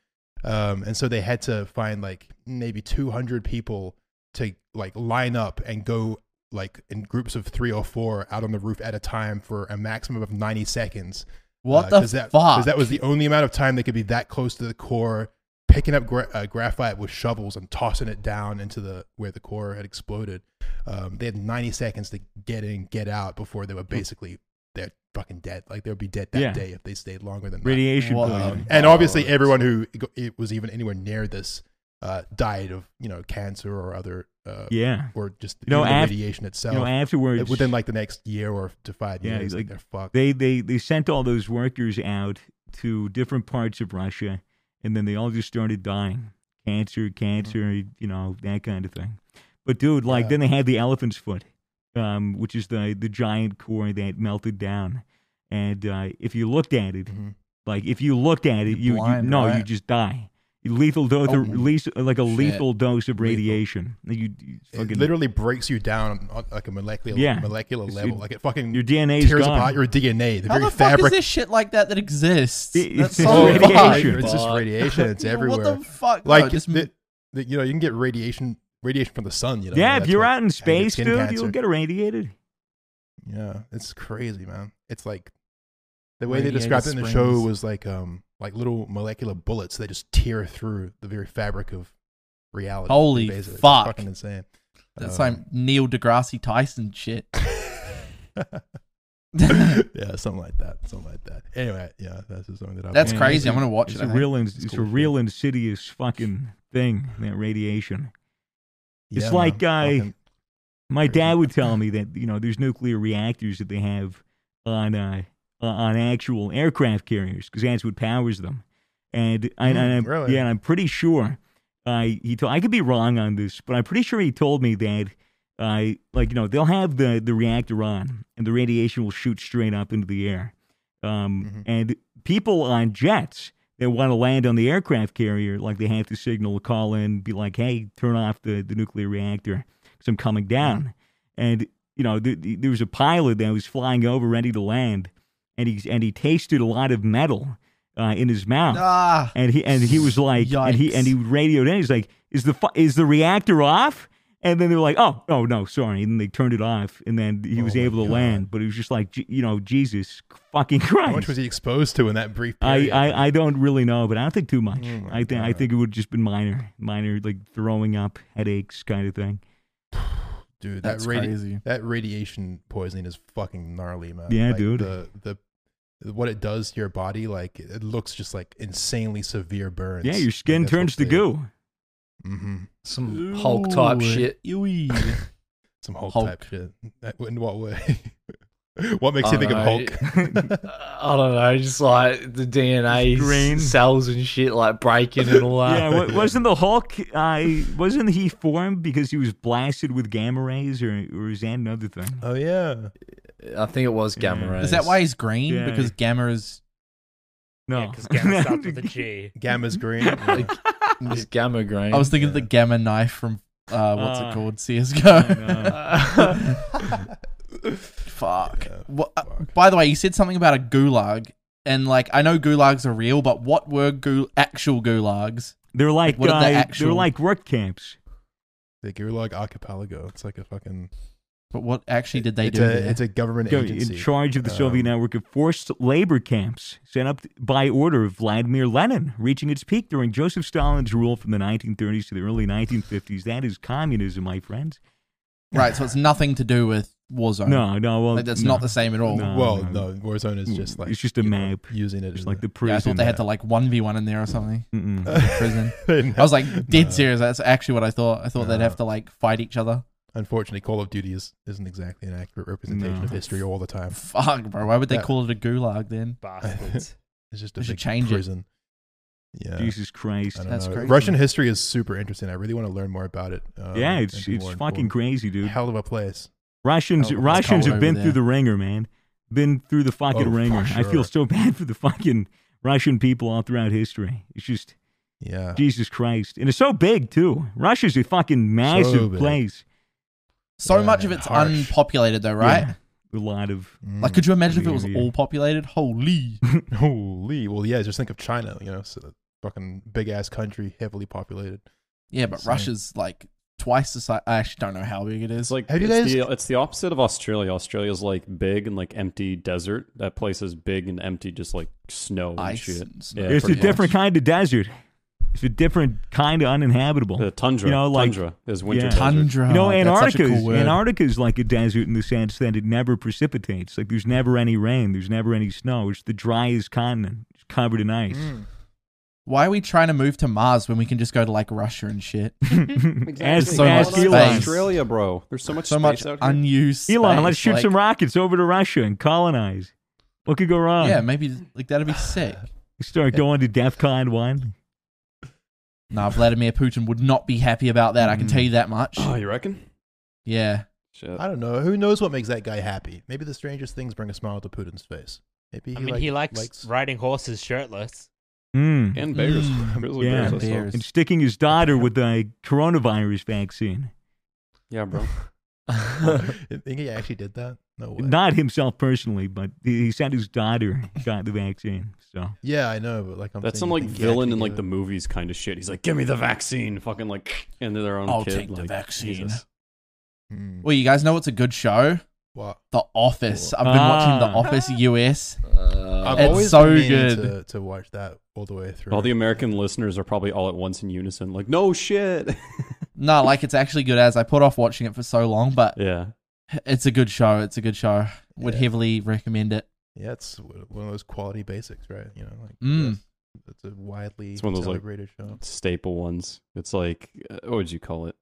E: um, and so they had to find like maybe two hundred people to like line up and go like in groups of three or four out on the roof at a time for a maximum of ninety seconds
A: What
E: uh,
A: the
E: that,
A: fuck?
E: that was the only amount of time they could be that close to the core, picking up gra- uh, graphite with shovels and tossing it down into the where the core had exploded. Um, they had 90 seconds to get in, get out before they were basically they're fucking dead. Like they would be dead that
C: Hmm. Yeah. Oh,
E: day if they stayed longer than that.
C: Radiation
A: What
C: poisoning.
A: the
E: And obviously,
A: fuck?
E: everyone who go- it was even anywhere near this uh, died of you know cancer or other uh,
C: Yeah,
E: or just
C: You know,
E: even the
C: af-
E: radiation itself.
C: you know afterwards
E: within like the next year or to five
C: Yeah,
E: years,
C: like,
E: like, they're fucked.
C: they they they sent all those workers out to different parts of Russia, and then they all just started dying, cancer, cancer, you know that kind of thing. But dude, like
E: Mm-hmm. Yeah.
C: then they had the elephant's foot, um, which is the the giant core that melted down, and uh, if you looked at it,
E: Mhm.
C: like if you looked at it,
A: You're
C: you,
A: blind,
C: you no, you
A: right?
C: just die. Lethal dose,
A: Oh,
C: of least, like a
A: shit.
C: lethal dose of
E: Lethal.
C: radiation. You, you fucking,
E: it literally breaks you down on like a molecular
C: Yeah.
E: molecular
C: It's-
E: level.
C: it-
E: like it fucking
C: your DNA is
E: tears
C: gone.
E: apart your DNA. The
A: How
E: very
A: the fuck is
E: fabric.
A: there shit like that that exists?
C: It-
A: That's
C: it's
A: so
C: Oh, radiation.
A: fucked.
C: fucking
E: it's just Oh, radiation. It's
A: Yo,
E: everywhere.
A: What the fuck?
E: like
A: No, just-
E: the- the- you know, you can get radiation radiation from the sun. You know,
C: yeah,
E: and
C: if
E: that's
C: you're
E: what-
C: out in
E: and get
C: space,
E: skin
C: dude,
E: cancer.
C: you'll get irradiated.
E: Yeah, it's crazy, man. It's like the way they
A: Radiated
E: described it in the show
A: springs.
E: was like um like little molecular bullets that just tear through the very fabric of reality.
A: Holy
E: basically. It's
A: fuck.
E: Fucking insane.
A: That's
E: Um,
A: like Neil deGrasse Tyson shit.
E: Um, yeah, something like that. Something like that. Anyway, yeah, that's just something that I.
A: That's
C: Yeah,
A: crazy. I'm
C: it's-
A: gonna watch
C: It's
A: it.
C: a
A: I think.
C: real, ins-
E: It's
C: it's a
E: cool shit.
C: real insidious fucking thing. That radiation. it's like, uh,
E: fucking-
C: My
E: Crazy.
C: dad would tell me that you know there's nuclear reactors that they have on uh, uh, on actual aircraft carriers because that's what powers them. And I, and
E: Hmm,
C: I'm,
E: really?
C: yeah, and I'm pretty sure. I he told I could be wrong on this, but I'm pretty sure he told me that I like you know they'll have the the reactor on and the radiation will shoot straight up into the air. Um,
E: Mhm.
C: and people on jets that want to land on the aircraft carrier, like they have to signal, call in, be like, "Hey, turn off the, the nuclear reactor because I'm coming
E: Mm-hmm.
C: down." And you know, th- th- there was a pilot that was flying over, ready to land, and he and he tasted a lot of metal uh, in his mouth,
A: Ah,
C: and he and he was like, and he and he radioed in. He's like, "Is the fu- is the reactor off?" And then they were like, "Oh, oh no, sorry." And they turned it off, and then he
E: Oh
C: was
E: my
C: able to
E: God.
C: land. But it was just like, J- you know, Jesus fucking Christ!
E: how much was he exposed to in that brief
C: I,
E: period?
C: I, I don't really know, but I don't think too much.
E: Oh my
C: I think I
E: God.
C: think it would just been minor, minor like throwing up, headaches, kind of thing.
E: dude, that
A: that's
E: radi-
A: crazy.
E: that radiation poisoning is fucking gnarly, man.
C: Yeah,
E: Like,
C: dude.
E: The the what it does to your body, like it looks just like insanely severe burns.
C: yeah, your skin turns to goo.
E: Mm-hmm.
D: Some Hulk type
A: Ooh,
D: shit.
A: Ewy.
E: Some Hulk,
A: Hulk.
E: type shit. That- In what way? what makes you
D: I
E: think of
D: don't
E: Hulk?
D: Uh, I don't know, just like the DNA
C: Green.
D: cells and shit, like breaking and all that.
C: yeah, wa- wasn't the Hulk? I wasn't he formed because he was blasted with gamma rays, or or is that another thing?
E: Oh yeah,
D: I think it was gamma
C: Yeah.
D: rays.
A: Is that why he's green?
C: Yeah.
A: Because gamma is
C: No,
F: because Gamma starts with a G.
E: gamma's green. Yeah.
D: It's gamma green.
A: I was thinking of the
E: Yeah.
A: Gamma knife from uh, what's
C: Ah.
A: it called?
C: I
A: CS:GO.
C: know.
A: fuck.
E: Yeah,
A: What, uh,
E: fuck.
A: by the way, you said something about a gulag, and like I know gulags are real, but what were gul- actual gulags?
C: They're like
A: What are the
C: uh, they're
A: actual-
C: like work camps.
E: The Gulag Archipelago. It's like a fucking.
A: But what actually did they
E: it's
A: do?
E: A,
A: there?
E: It's a government
C: Go-
E: agency.
C: in charge of the
E: Um,
C: Soviet
A: Oh.
C: network of forced labor camps set up by order of Vladimir Lenin, reaching its peak during Joseph Stalin's rule from the 1930s to the early 1950s. That is communism, my friends.
A: right, so it's nothing to do with Warzone.
C: No, no. Well,
A: like, that's
C: no.
A: not the same at all.
C: No.
E: well,
C: no.
E: no, Warzone is just like
C: it's just a
E: you know,
C: map.
E: using it.
C: It's
E: as
C: like the
E: a-
C: prison.
A: Yeah, I thought they had to like one v one in there or something.
C: Mm-mm.
A: Prison.
E: They didn't
A: I was
E: have-
A: like dead
E: No.
A: serious. That's actually what I thought. I
E: No.
A: thought they'd have to like fight each other.
E: Unfortunately, Call of Duty is, isn't exactly an accurate representation
C: No.
E: of history all the time.
A: Fuck, bro. Why would they
E: Yeah.
A: call it a gulag then?
F: Bastards.
E: It's just a
A: They should
E: big
A: change it.
E: prison. Yeah,
C: Jesus Christ.
E: I don't
A: That's
E: know.
A: crazy.
E: Russian history is super interesting. I really want to learn more about it. Uh,
A: Um,
C: yeah,
E: and
C: it's
E: be
C: it's
E: more
C: fucking
E: informed.
C: crazy, dude.
E: Hell of a place.
C: Russians
A: Hell of a
C: Russians
A: cold
C: have been
A: over
C: through
A: there.
C: the ringer, man. Been through the fucking
E: Oh, for
C: ringer. I
E: sure.
C: feel so bad for the fucking Russian people all throughout history. It's just
A: Uh,
E: Yeah,
C: Jesus Christ, and it's so big too. Russia's a fucking massive
E: big.
C: place.
A: So
E: Yeah,
A: much of
E: man,
A: it's
E: harsh.
A: unpopulated though, right?
C: Yeah, a lot of
E: Mm.
A: Like, could you imagine if it was
C: Yeah.
A: all populated? Holy.
E: holy. Well, yeah, just think of China. You know, it's a fucking big ass country, heavily populated.
A: Yeah, but
E: Insane.
A: Russia's like twice the size. I actually don't know how big it is.
B: It's like
E: Have you
B: it's,
E: guys-
B: the, it's the opposite of Australia. Australia's like big and like empty desert. That place is big and empty, just like snow and
A: Ice
B: shit.
A: and snow.
B: Yeah,
C: it's a
A: pretty much.
C: different kind of desert. It's a different kind of uninhabitable.
B: The tundra.
C: You know, like-
B: tundra is winter.
C: yeah.
B: desert.
A: tundra.
C: you know,
A: That's such a
C: Antarctica
A: cool
C: is,
A: word.
C: Antarctica is like a desert in the sense that it never precipitates. Like there's never any rain, there's never any snow. It's the driest continent. It's covered in ice.
A: Why are we trying to move to Mars when we can just go to like Russia and shit?
C: As,
A: So
C: as
A: much
B: Why not
C: Elon.
A: space.
B: Australia, bro. There's so much
A: so
B: space
A: much
B: out here.
A: unused.
C: Elon,
A: space,
C: let's shoot
A: like-
C: some rockets over to Russia and colonize. What could go wrong?
A: Yeah, maybe like that'd be sick.
C: Start going to DEF CON 1.
A: nah, Vladimir Putin would not be happy about that. I can
C: Mm.
A: tell you that much.
B: Oh, you reckon?
A: Yeah.
B: Shit.
E: I don't know. Who knows what makes that guy happy? Maybe the strangest things bring a smile to Putin's face. Maybe he,
F: I mean,
E: like,
F: he likes, riding horses shirtless.
C: Mm.
B: And bears.
A: Mm.
B: Grizzly
C: Yeah.
B: bears, I
A: And
B: saw.
A: bears.
C: And sticking his daughter with a coronavirus vaccine.
B: Yeah, bro.
D: Uh,
E: You think he actually did that? No way.
C: Not himself personally, but he he said his daughter got the vaccine. So
E: yeah, I know, but like I'm saying,
B: That's some
E: you
B: like
E: think he
B: villain
E: actually
B: in like
E: did
B: the
E: it.
B: movies kind of shit. He's like, "Give me the vaccine," fucking like, and they're their own
A: I'll
B: kid.
A: take the
B: like,
A: vaccine.
B: Jesus.
E: Hmm.
A: Well, you guys know what's a good show?
E: What?
A: The Office. I've been watching The
C: Ah.
A: Office US.
E: I've
A: It's
D: Uh,
E: always
A: so
E: been meaning
A: good.
E: to, to watch that all the way through.
B: All the American listeners are probably all at once in unison, like, "No shit."
A: No, like it's actually good as I put off watching it for so long, but
B: yeah.
A: it's a good show. It's a good show. Would
E: Yeah.
A: heavily recommend it.
E: Yeah, it's one of those quality basics, right? You know, like
A: Mm.
E: that's- that's a widely
B: It's one of those, like,
E: celebrated show.
B: staple ones. It's like uh, what would you call it?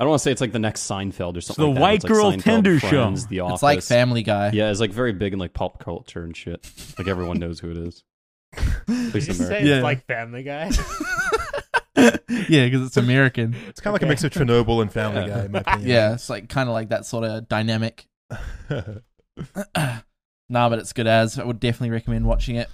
B: I don't want to say it's like the next Seinfeld or something.
C: the
B: like that.
C: white
B: It's like
C: girl
B: Seinfeld,
C: Tinder
B: Friends,
C: show.
B: The Office.
A: It's like Family Guy.
B: Yeah, it's like very big in like pop culture and shit. Like everyone knows who it is. At least
F: Did you just say
B: America.
A: Yeah.
F: it's like Family Guy?
A: yeah, because it's American.
E: It's kind of like a mix
F: Okay.
E: of Chernobyl and Family
B: Yeah.
E: Guy, in my opinion.
A: Yeah, it's like kind of like that sort of dynamic.
E: Have
A: Nah, but it's good as. I would definitely recommend watching it.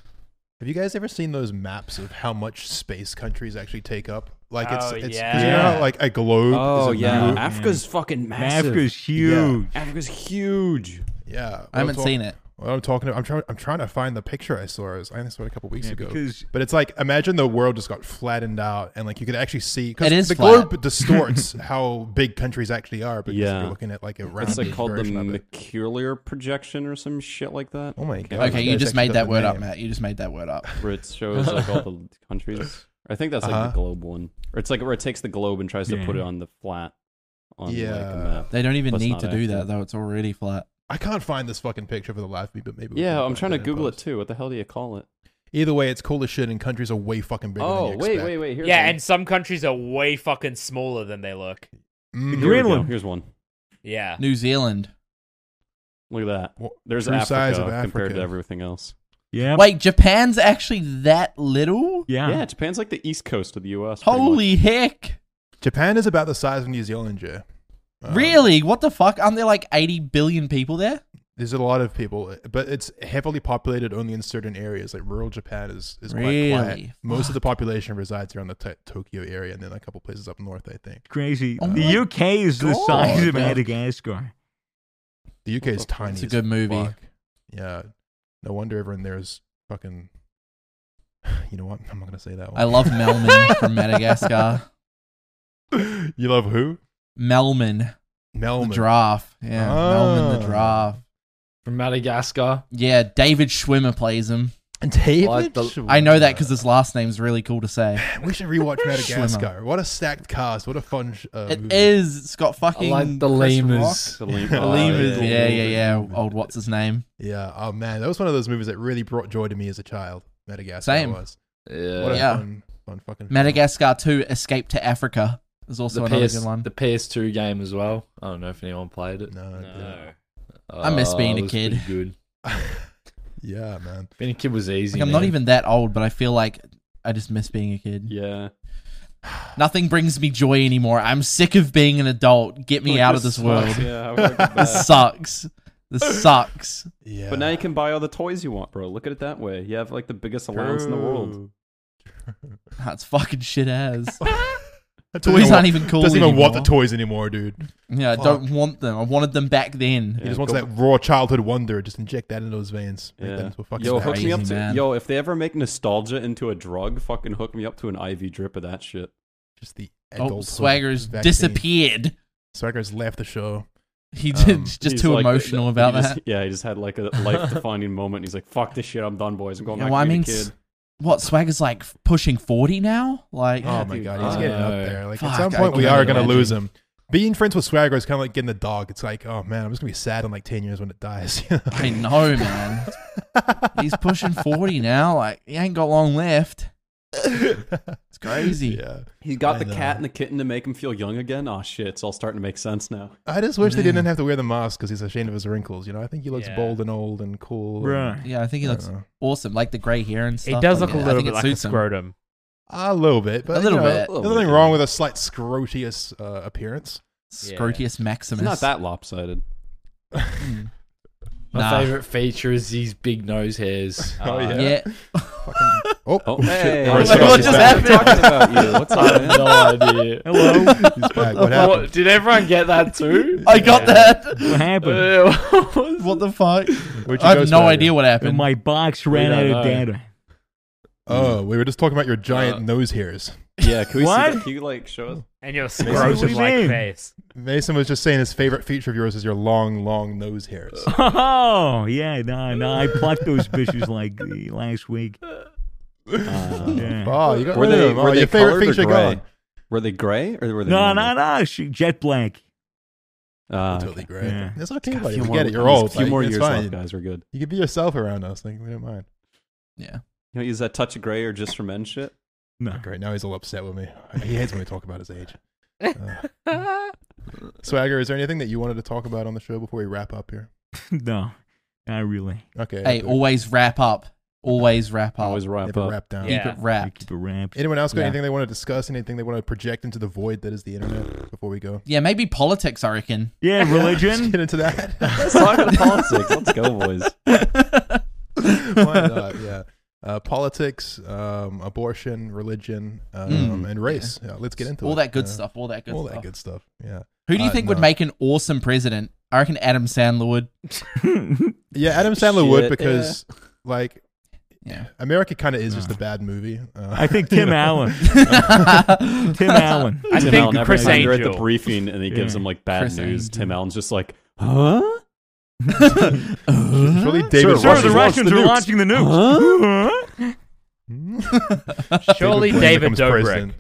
E: you guys ever seen those maps of how much space countries actually take up? Like it's
F: Oh,
E: it's 'cause you know
F: yeah.
E: how, like a globe.
B: Oh
E: is a
B: yeah,
E: view-
B: Africa's fucking massive.
C: Africa's huge.
B: Africa's huge.
E: yeah. What
A: I haven't
E: talk-
A: seen it.
E: What I'm talking about, I'm trying. I'm trying to find the picture I saw. I was- I think I saw it a couple weeks
C: Yeah,
E: ago.
C: because
E: But it's like imagine the world just got flattened out, and like you could actually see because
A: It is
E: the
A: flat.
E: globe distorts how big countries actually are because
B: Yeah.
E: you're looking at like a rounded
B: It's like called the
E: version of it.
B: McCulier projection or some shit like that.
E: Oh my god!
A: Okay, you
E: guys
A: just
E: actually
A: made
E: got
A: that
E: the
A: word up,
E: name.
A: Matt. You just made that word up.
B: Where it shows like all the countries. I think that's like
E: Uh-huh.
B: the globe one. Or it's like where it takes the globe and tries to
C: Yeah.
B: put it on the flat on like a
E: Yeah.
B: map.
A: They don't even
B: That's
A: need
B: not
A: to do that
B: accurate.
A: though. It's already flat.
E: I can't find this fucking picture for the life of me, but maybe. we
B: Yeah,
E: can
B: I'm
E: find
B: trying to
E: in
B: Google it
E: post.
B: too. What the hell do you call it?
E: Either way, it's cool as shit, and countries are way fucking bigger.
B: Oh,
E: than you
B: wait,
E: expect.
B: wait, wait. Here's
F: yeah,
B: one.
F: and some countries are way fucking smaller than they look.
E: Mm.
B: Here we go.
C: Greenland.
B: Here's one.
F: Yeah.
A: New Zealand.
B: Look at that.
E: Well,
B: There's
E: true
B: Africa,
E: size of
B: compared to
E: Africa.
B: everything else.
C: Yeah.
A: Wait, Japan's actually that little?
C: Yeah.
B: Yeah, Japan's like the east coast of the U.S. pretty much.
A: Holy heck.
E: Japan is about the size of New Zealand, yeah. Um,
A: really? What the fuck? Aren't there like 80 billion people there?
E: There's a lot of people, but it's heavily populated only in certain areas. Like rural Japan is, is quite quiet.
A: Really?
E: Most of the population resides around the t- Tokyo area and then a couple places up north, I think.
C: Crazy.
A: Oh my
C: the UK is the size of
A: God.
C: Madagascar.
E: The UK is
B: What the fuck?
E: tiny.
A: It's a
E: as
A: good movie.
E: fuck. Yeah. No wonder everyone there is fucking. You know what? I'm not going to say that
A: I
E: one.
A: love Melman from Madagascar.
E: you love who?
A: Melman,
E: Melman.
A: the giraffe. Yeah, Melman the
E: Ah.
A: giraffe.
D: from Madagascar.
A: Yeah, David Schwimmer plays him.
E: David?
D: the-
A: I know that because his last name's really cool to say.
E: we should rewatch Madagascar. What a stacked cast. What a fun sh- uh,
A: It
E: movie.
A: is. It's got
D: I
A: fucking
D: like the
A: Chris
D: lemurs.
B: The Lem-
E: The
A: Rock.
B: oh,
A: Lemurs.
E: yeah.
A: Yeah, yeah, yeah. Old what's his name?
E: Yeah. Oh man, that was one of those movies that really brought joy to me as a child. Madagascar
A: Same.
E: was. What a
D: Yeah.
A: Yeah.
E: fun, fun fucking film.
A: Madagascar 2 Escape to Africa is also
D: The
A: another
D: PS,
A: good one.
D: the PS2 game as well. I don't know if anyone played it.
E: No. I didn't.
F: No.
A: I miss
D: Uh,
A: being
D: it
A: a
D: was
A: kid.
D: pretty Good.
E: yeah, man.
D: Being a kid was easy.
A: Like, I'm not
D: man.
A: even that old, but I feel like I just miss being a kid.
B: Yeah.
A: Nothing brings me joy anymore. I'm sick of being an adult. Get me
B: Like,
A: out of this world.
B: sucks. Yeah, how can I go
A: This
B: back?
A: sucks. This sucks.
E: Yeah.
B: But now you can buy all the toys you want, bro. Look at it that way. You have like the biggest allowance in the world.
A: That's fucking shit ass.
E: That doesn't
A: Toys
E: even
A: aren't
E: wa-
A: even cool
E: Doesn't even
A: anymore.
E: want the toys anymore, dude.
A: yeah, I
E: Fuck.
A: don't want them. I wanted them back
E: He
A: then.
E: just
B: Yeah,
E: wants
B: go
E: that raw childhood wonder. Just inject that into those veins. Make that
B: Yeah.
E: into a fucking
B: Yo,
E: snack.
B: hook me up
A: Crazy,
B: to
A: man.
B: yo. If they ever make nostalgia into a drug, fucking hook me up to an IV drip of that shit.
E: Just the
A: Oh,
E: adulthood
A: Swagger's
E: vaccine.
A: disappeared.
E: Swagger's left the show.
A: He did
E: Um,
A: just
B: He's
A: too
B: like-
A: emotional
B: he
A: about
B: just-
A: that.
B: Yeah, he just had like a life-defining moment. He's like, "Fuck this shit. I'm done, boys. I'm going
A: Yeah,
B: back
A: well,
B: to
A: I
B: being
A: mean,
B: a kid."
A: What Swagger's like f- pushing forty now? Like
E: oh my
B: dude,
E: god, he's
D: I
E: getting up
D: know.
E: there. Like
A: Fuck,
E: at some
A: I
E: point, we
A: can't
E: are gonna
A: imagine.
E: lose him. Being friends with Swagger is kind of like getting a dog. It's like, oh man, I'm just gonna be sad in like ten years when it dies. you know?
A: I know, man. He's pushing forty now. Like he ain't got long left. It's crazy.
E: Yeah.
B: He got
E: I
B: the
E: know.
B: cat and the kitten to make him feel young again. Oh shit, it's all starting to make sense now.
E: I just wish they
A: Yeah.
E: didn't have to wear the mask because he's ashamed of his wrinkles. You know, I think he looks
F: Yeah.
E: bold and old and cool. and- uh,
C: Right.
A: Yeah, I think he
E: I
A: looks
E: don't know.
A: awesome. Like the grey hair and stuff.
F: It does
A: like,
F: look a
A: I
F: little
A: think
F: bit
A: it
F: like a
A: suits him.
F: scrotum.
E: a little bit, but
A: A little
E: you know,
A: bit.
E: There's nothing wrong with a slight scrotious uh, appearance.
F: Yeah.
A: Scrotius
B: It's
A: Maximus.
B: not that lopsided.
A: Mm.
D: My
A: Nah.
D: favorite feature is these big nose hairs.
B: Oh,
D: Uh,
B: yeah.
A: Yeah.
E: Oh,
B: Oh, hey,
E: Gross.
A: Like, what
E: He's
A: just
E: back.
A: happened?
B: Talking about you. What's
E: Oh.
D: I
B: up,
D: have
B: man?
D: no idea.
C: Hello.
E: He's back. What happened?
D: What, did everyone get that too?
A: I got that.
C: What happened?
D: Uh, what was-
A: what the fuck?
E: Where'd you
A: I
E: go,
A: have no
E: Swagger?
A: idea what happened.
C: My box ran
D: We
C: out
D: don't
C: of
D: know.
C: data.
E: Oh, we were just talking about your giant
D: Uh,
E: nose hairs.
B: Yeah, can we
C: What?
B: see that? Can you like show us?
F: And your
E: do you
F: scrotum like
C: mean?
F: face.
E: Mason was just saying his favorite feature of yours is your long, long nose hairs.
C: Oh yeah, no, no. I plucked those bitches like uh, last week. Yeah.
E: Oh, you got
B: Were
E: rid of
B: they-
E: them.
B: were
E: Oh,
B: they
E: your favorite
B: colored or
E: feature
B: gray?
E: gone.
B: Were they gray or were they
C: No,
B: normal?
C: no, no. she- Jet black.
B: Ah, okay.
E: Totally great.
C: Yeah.
E: It's okay,
B: Got a
E: buddy.
B: few
E: We
B: more-
E: get it. You're
B: there's A
E: old.
B: few
E: like,
B: more
E: it's
B: years
E: fine.
B: left, guys. We're good.
E: You can be yourself around us. Like, we don't mind.
A: yeah.
B: You know, use that touch of gray or just for men shit.
C: No.
E: Great. Now he's all upset with me. He hates when we talk about his age. Uh, Swagger, is there anything that you wanted to talk about on the show before we wrap up here?
C: no, not really.
E: Okay.
A: Hey, always wrap up. Always wrap up.
B: Always wrap
E: never
B: up.
E: wrap down.
A: Keep
F: Yeah.
A: it
C: I
A: wrapped.
C: keep it wrapped.
E: Anyone else got
A: Yeah.
E: anything they want to discuss? Anything they want to project into the void that is the internet before we go?
A: Yeah, maybe politics. I reckon.
C: Yeah,
E: Let's
C: religion.
E: get into that.
B: Let's talk about politics. Let's go, boys.
E: Why not? Yeah. Uh, politics, um, abortion, religion, um,
A: Mm.
E: and race. Yeah, let's get into
A: all
E: it.
A: that good
E: Yeah.
A: stuff. All that good
E: all
A: stuff.
E: that good stuff. Yeah.
A: Who do you
E: Uh,
A: think
E: no.
A: would make an awesome president? I reckon Adam Sandler would.
E: Yeah, Adam Sandler would
B: Shit,
E: because like
A: Yeah.
E: America kind of is just
C: Uh.
E: a bad movie. Uh,
C: I think Tim Allen. Tim Allen.
F: I
B: Tim
F: think
B: Allen, every
F: Chris
B: time you're at the
F: Angel.
B: briefing and he gives
C: Yeah.
B: him like bad
A: Chris
B: news.
A: Angel.
B: Tim Allen's just like, huh?
E: it's really David.
B: Sir,
C: Sir,
E: Russell
C: the
E: wants
C: Russians
E: the
C: are
E: nukes.
C: launching the nukes.
F: Surely
E: Blaine
F: David
E: Hmm? becomes
F: Dobrik.
E: president.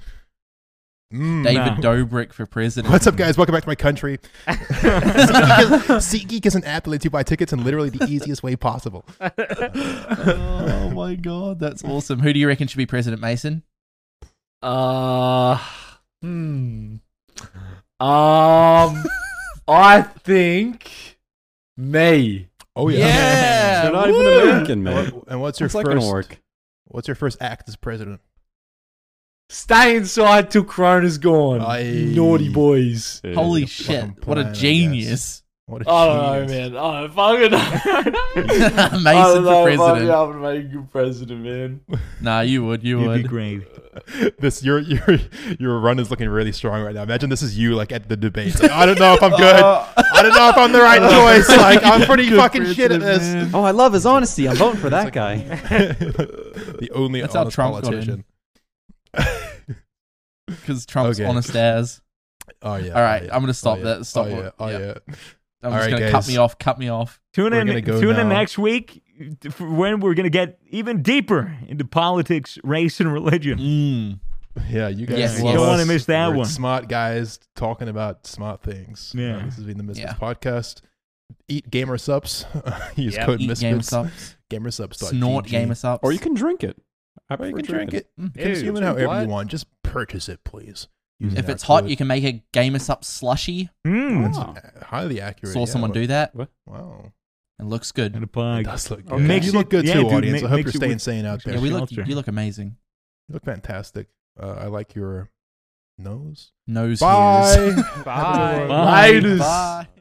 E: Mm.
A: David
C: No.
A: Dobrik for president.
E: What's up, guys? Welcome back to my country. SeatGeek is- SeatGeek is an app that lets you buy tickets in literally the easiest way possible.
A: oh my god, that's awesome. Who do you reckon should be president, Mason?
D: Uh, hmm. Um, I think me.
E: Oh yeah.
B: You're not even
A: woo!
B: American, man.
E: What- and what's your
B: It's not gonna
E: first?
B: work.
E: What's your first act as president?
D: Stay inside till Corona's gone.
E: Aye.
D: Naughty boys.
A: Holy
E: Yeah,
A: shit!
E: fucking
A: What a
E: plan, I
A: genius,
E: What a
D: I don't
E: genius.
D: know, man. Oh, I don't fucking know. I
A: Mason
D: don't
A: for
D: know if I'd be
A: president.
D: able to make a good president, man.
A: Nah, you would, you
C: You'd be
A: would.
C: great.
E: This your your your run is looking really strong right now. Imagine this is you like at the debate. Like, I don't know if I'm good. I don't know if I'm the right choice. Like I'm pretty fucking shit at this.
B: Oh, I love his honesty. I'm voting for that guy.
E: the only
A: That's how
E: honest
A: Trump got
E: politician.
A: because Trump's
E: Okay.
A: honest as.
E: Oh yeah.
A: All right,
E: oh, yeah.
A: I'm gonna stop
E: oh, yeah.
A: that. Stop.
E: Oh yeah.
A: it.
E: Oh
A: Yeah.
E: yeah.
A: I'm
E: All
A: just
E: right,
A: gonna
E: guys.
A: cut me off. Cut me off.
C: Tune
E: We're
C: in.
E: gonna go
C: tune in
E: now.
C: next week. for when we're going to get even deeper into politics, race, and religion.
A: Mm.
E: Yeah, you guys
A: Yes,
E: love
A: yes. Don't
E: us.
A: wanna
C: miss that
E: We're
C: one.
E: Smart guys talking about smart things.
C: Yeah.
E: Uh, this has been the Misfits
A: Yeah.
E: podcast. Eat gamer subs. Use
F: Yeah.
E: code
A: Eat gamer
E: Misfits.
A: subs.
E: Gamer subs.
A: Snort gamer subs.
B: Or you can drink it. I
E: Or you can
B: prefer
E: drink
B: drinking
E: it.
A: Mm.
E: Consume it however
D: what?
E: you want. Just purchase it, please.
A: If it's hot, you can make a gamer sub slushy.
C: Mm.
E: Ah.
B: Wow.
E: uh, highly accurate.
A: Saw
E: yeah,
A: someone
E: but-
A: do that.
E: Wow.
A: It looks good.
C: And a pie.
E: It does look
B: Okay.
E: good.
B: Makes
E: you look
C: it-
E: good
C: yeah,
E: too,
C: dude,
E: audience.
C: ma-
E: I hope you're
C: makes it
E: staying
C: look-
E: sane out there.
A: Yeah, we look,
C: shelter.
A: you look amazing.
E: You look fantastic. Uh, I like your nose.
A: Nose hairs.
E: Bye.
C: Bye.
F: Bye.
A: Bye.